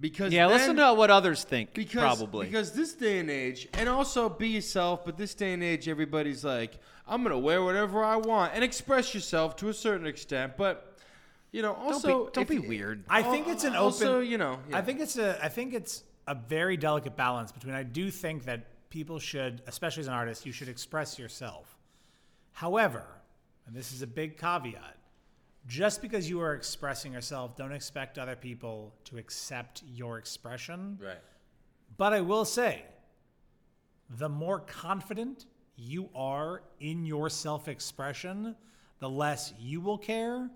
Speaker 4: because
Speaker 3: Yeah,
Speaker 4: then-
Speaker 3: listen to what others think.
Speaker 4: because
Speaker 3: probably.
Speaker 4: because this day and age, and also be yourself. But this day and age, everybody's like, "I'm gonna wear whatever I want and express yourself to a certain extent," but you know,
Speaker 3: don't
Speaker 4: also
Speaker 3: be, don't
Speaker 4: if
Speaker 3: be
Speaker 4: you-
Speaker 3: weird.
Speaker 5: I think it's an open.
Speaker 4: also, you know, yeah.
Speaker 5: I think it's a I think it's a very delicate balance between I do think that people should, especially as an artist, you should express yourself.
Speaker 2: However, and this is a big caveat, just because you are expressing yourself, don't expect other people to accept your expression.
Speaker 4: Right.
Speaker 2: But I will say, the more confident you are in your self expression, the less you will care,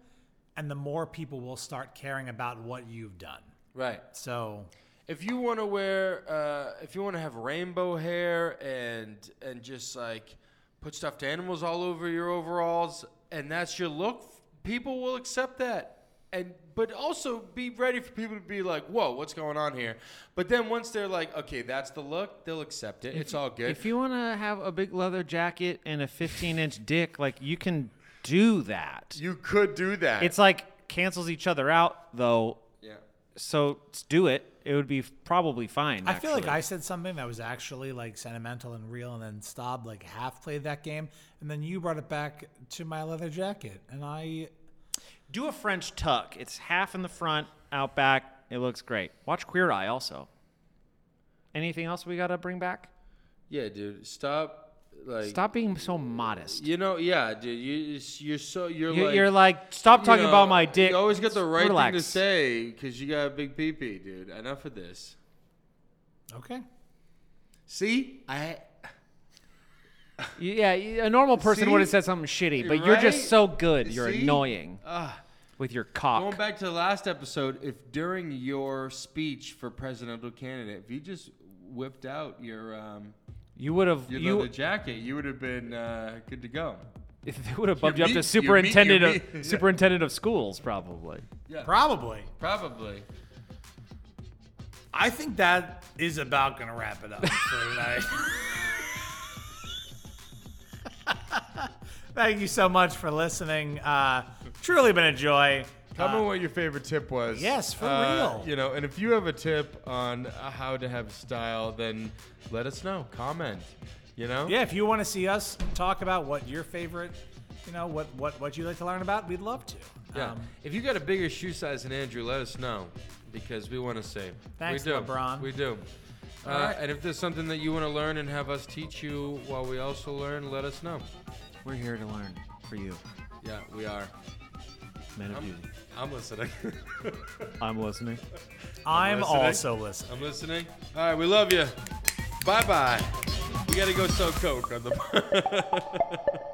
Speaker 2: and the more people will start caring about what you've done.
Speaker 4: Right.
Speaker 2: So,
Speaker 4: If you want to wear, uh, if you want to have rainbow hair and and just like put stuffed animals all over your overalls, and that's your look, people will accept that. And but also be ready for people to be like, "Whoa, what's going on here?" But then once they're like, "Okay, that's the look," they'll accept it. it's all good.
Speaker 3: If you want to have a big leather jacket and a 15 inch dick, like you can do that.
Speaker 4: you could do that.
Speaker 3: It's like cancels each other out though.
Speaker 4: yeah.
Speaker 3: So let's do it. It would be f- probably fine.
Speaker 2: I feel like
Speaker 3: actually.
Speaker 2: I said something that was actually like sentimental and real, and then Staub like half played that game, and then you brought it back to my leather jacket, and I
Speaker 3: do a French tuck. It's half in the front, out back. It looks great. Watch Queer Eye also. Anything else we gotta bring back?
Speaker 4: Yeah, dude. Stop. Like.
Speaker 3: Stop being so modest.
Speaker 4: You know. Yeah, dude. You you're so you're,
Speaker 3: You're,
Speaker 4: like
Speaker 3: you're like, stop
Speaker 4: you
Speaker 3: talking
Speaker 4: know,
Speaker 3: about my dick.
Speaker 4: You always got the right
Speaker 3: Relax.
Speaker 4: thing to say because you got a big pee pee, dude. Enough of this.
Speaker 2: okay.
Speaker 4: See, I
Speaker 3: Yeah, y- a normal person
Speaker 4: See?
Speaker 3: would have said something shitty, but you're
Speaker 4: Right?
Speaker 3: just so good. You're
Speaker 4: See?
Speaker 3: annoying
Speaker 4: uh,
Speaker 3: with your
Speaker 4: going
Speaker 3: cock.
Speaker 4: back to the last episode. If during your speech for presidential candidate, if you just whipped out your um
Speaker 3: You would have
Speaker 4: your
Speaker 3: you
Speaker 4: leather jacket, you would have been uh, good to go.
Speaker 3: they would have bumped you up
Speaker 4: meat-
Speaker 3: to
Speaker 4: your
Speaker 3: superintendent
Speaker 4: meat- your meat-
Speaker 3: of superintendent of schools probably.
Speaker 2: Probably.
Speaker 4: Probably.
Speaker 5: I think that is about gonna wrap it up for tonight.
Speaker 2: Thank you so much for listening. Uh, truly been a joy.
Speaker 3: uh,
Speaker 4: Comment what your favorite tip was. uh,
Speaker 2: yes, for real.
Speaker 4: You know, and if you have a tip on uh, how to have style, then let us know. Comment. You know.
Speaker 2: Yeah, if you want to see us talk about what your favorite, you know, what what what you like to learn about, we'd love to. Um,
Speaker 4: Yeah. Um, if you got a bigger shoe size than Andrew, let us know because we want to see.
Speaker 2: Thanks,
Speaker 4: we do.
Speaker 2: LeBron.
Speaker 4: We do. Uh, And if there's something that you want to learn and have us teach you while we also learn, let us know.
Speaker 3: We're here to learn for you,
Speaker 4: Yeah, we are.
Speaker 3: men of
Speaker 4: I'm,
Speaker 3: duty.
Speaker 4: I'm listening.
Speaker 3: I'm listening.
Speaker 2: I'm
Speaker 4: listening.
Speaker 2: also listening.
Speaker 4: I'm listening. All right, we love you. Bye bye. We got to go sell Coke on the.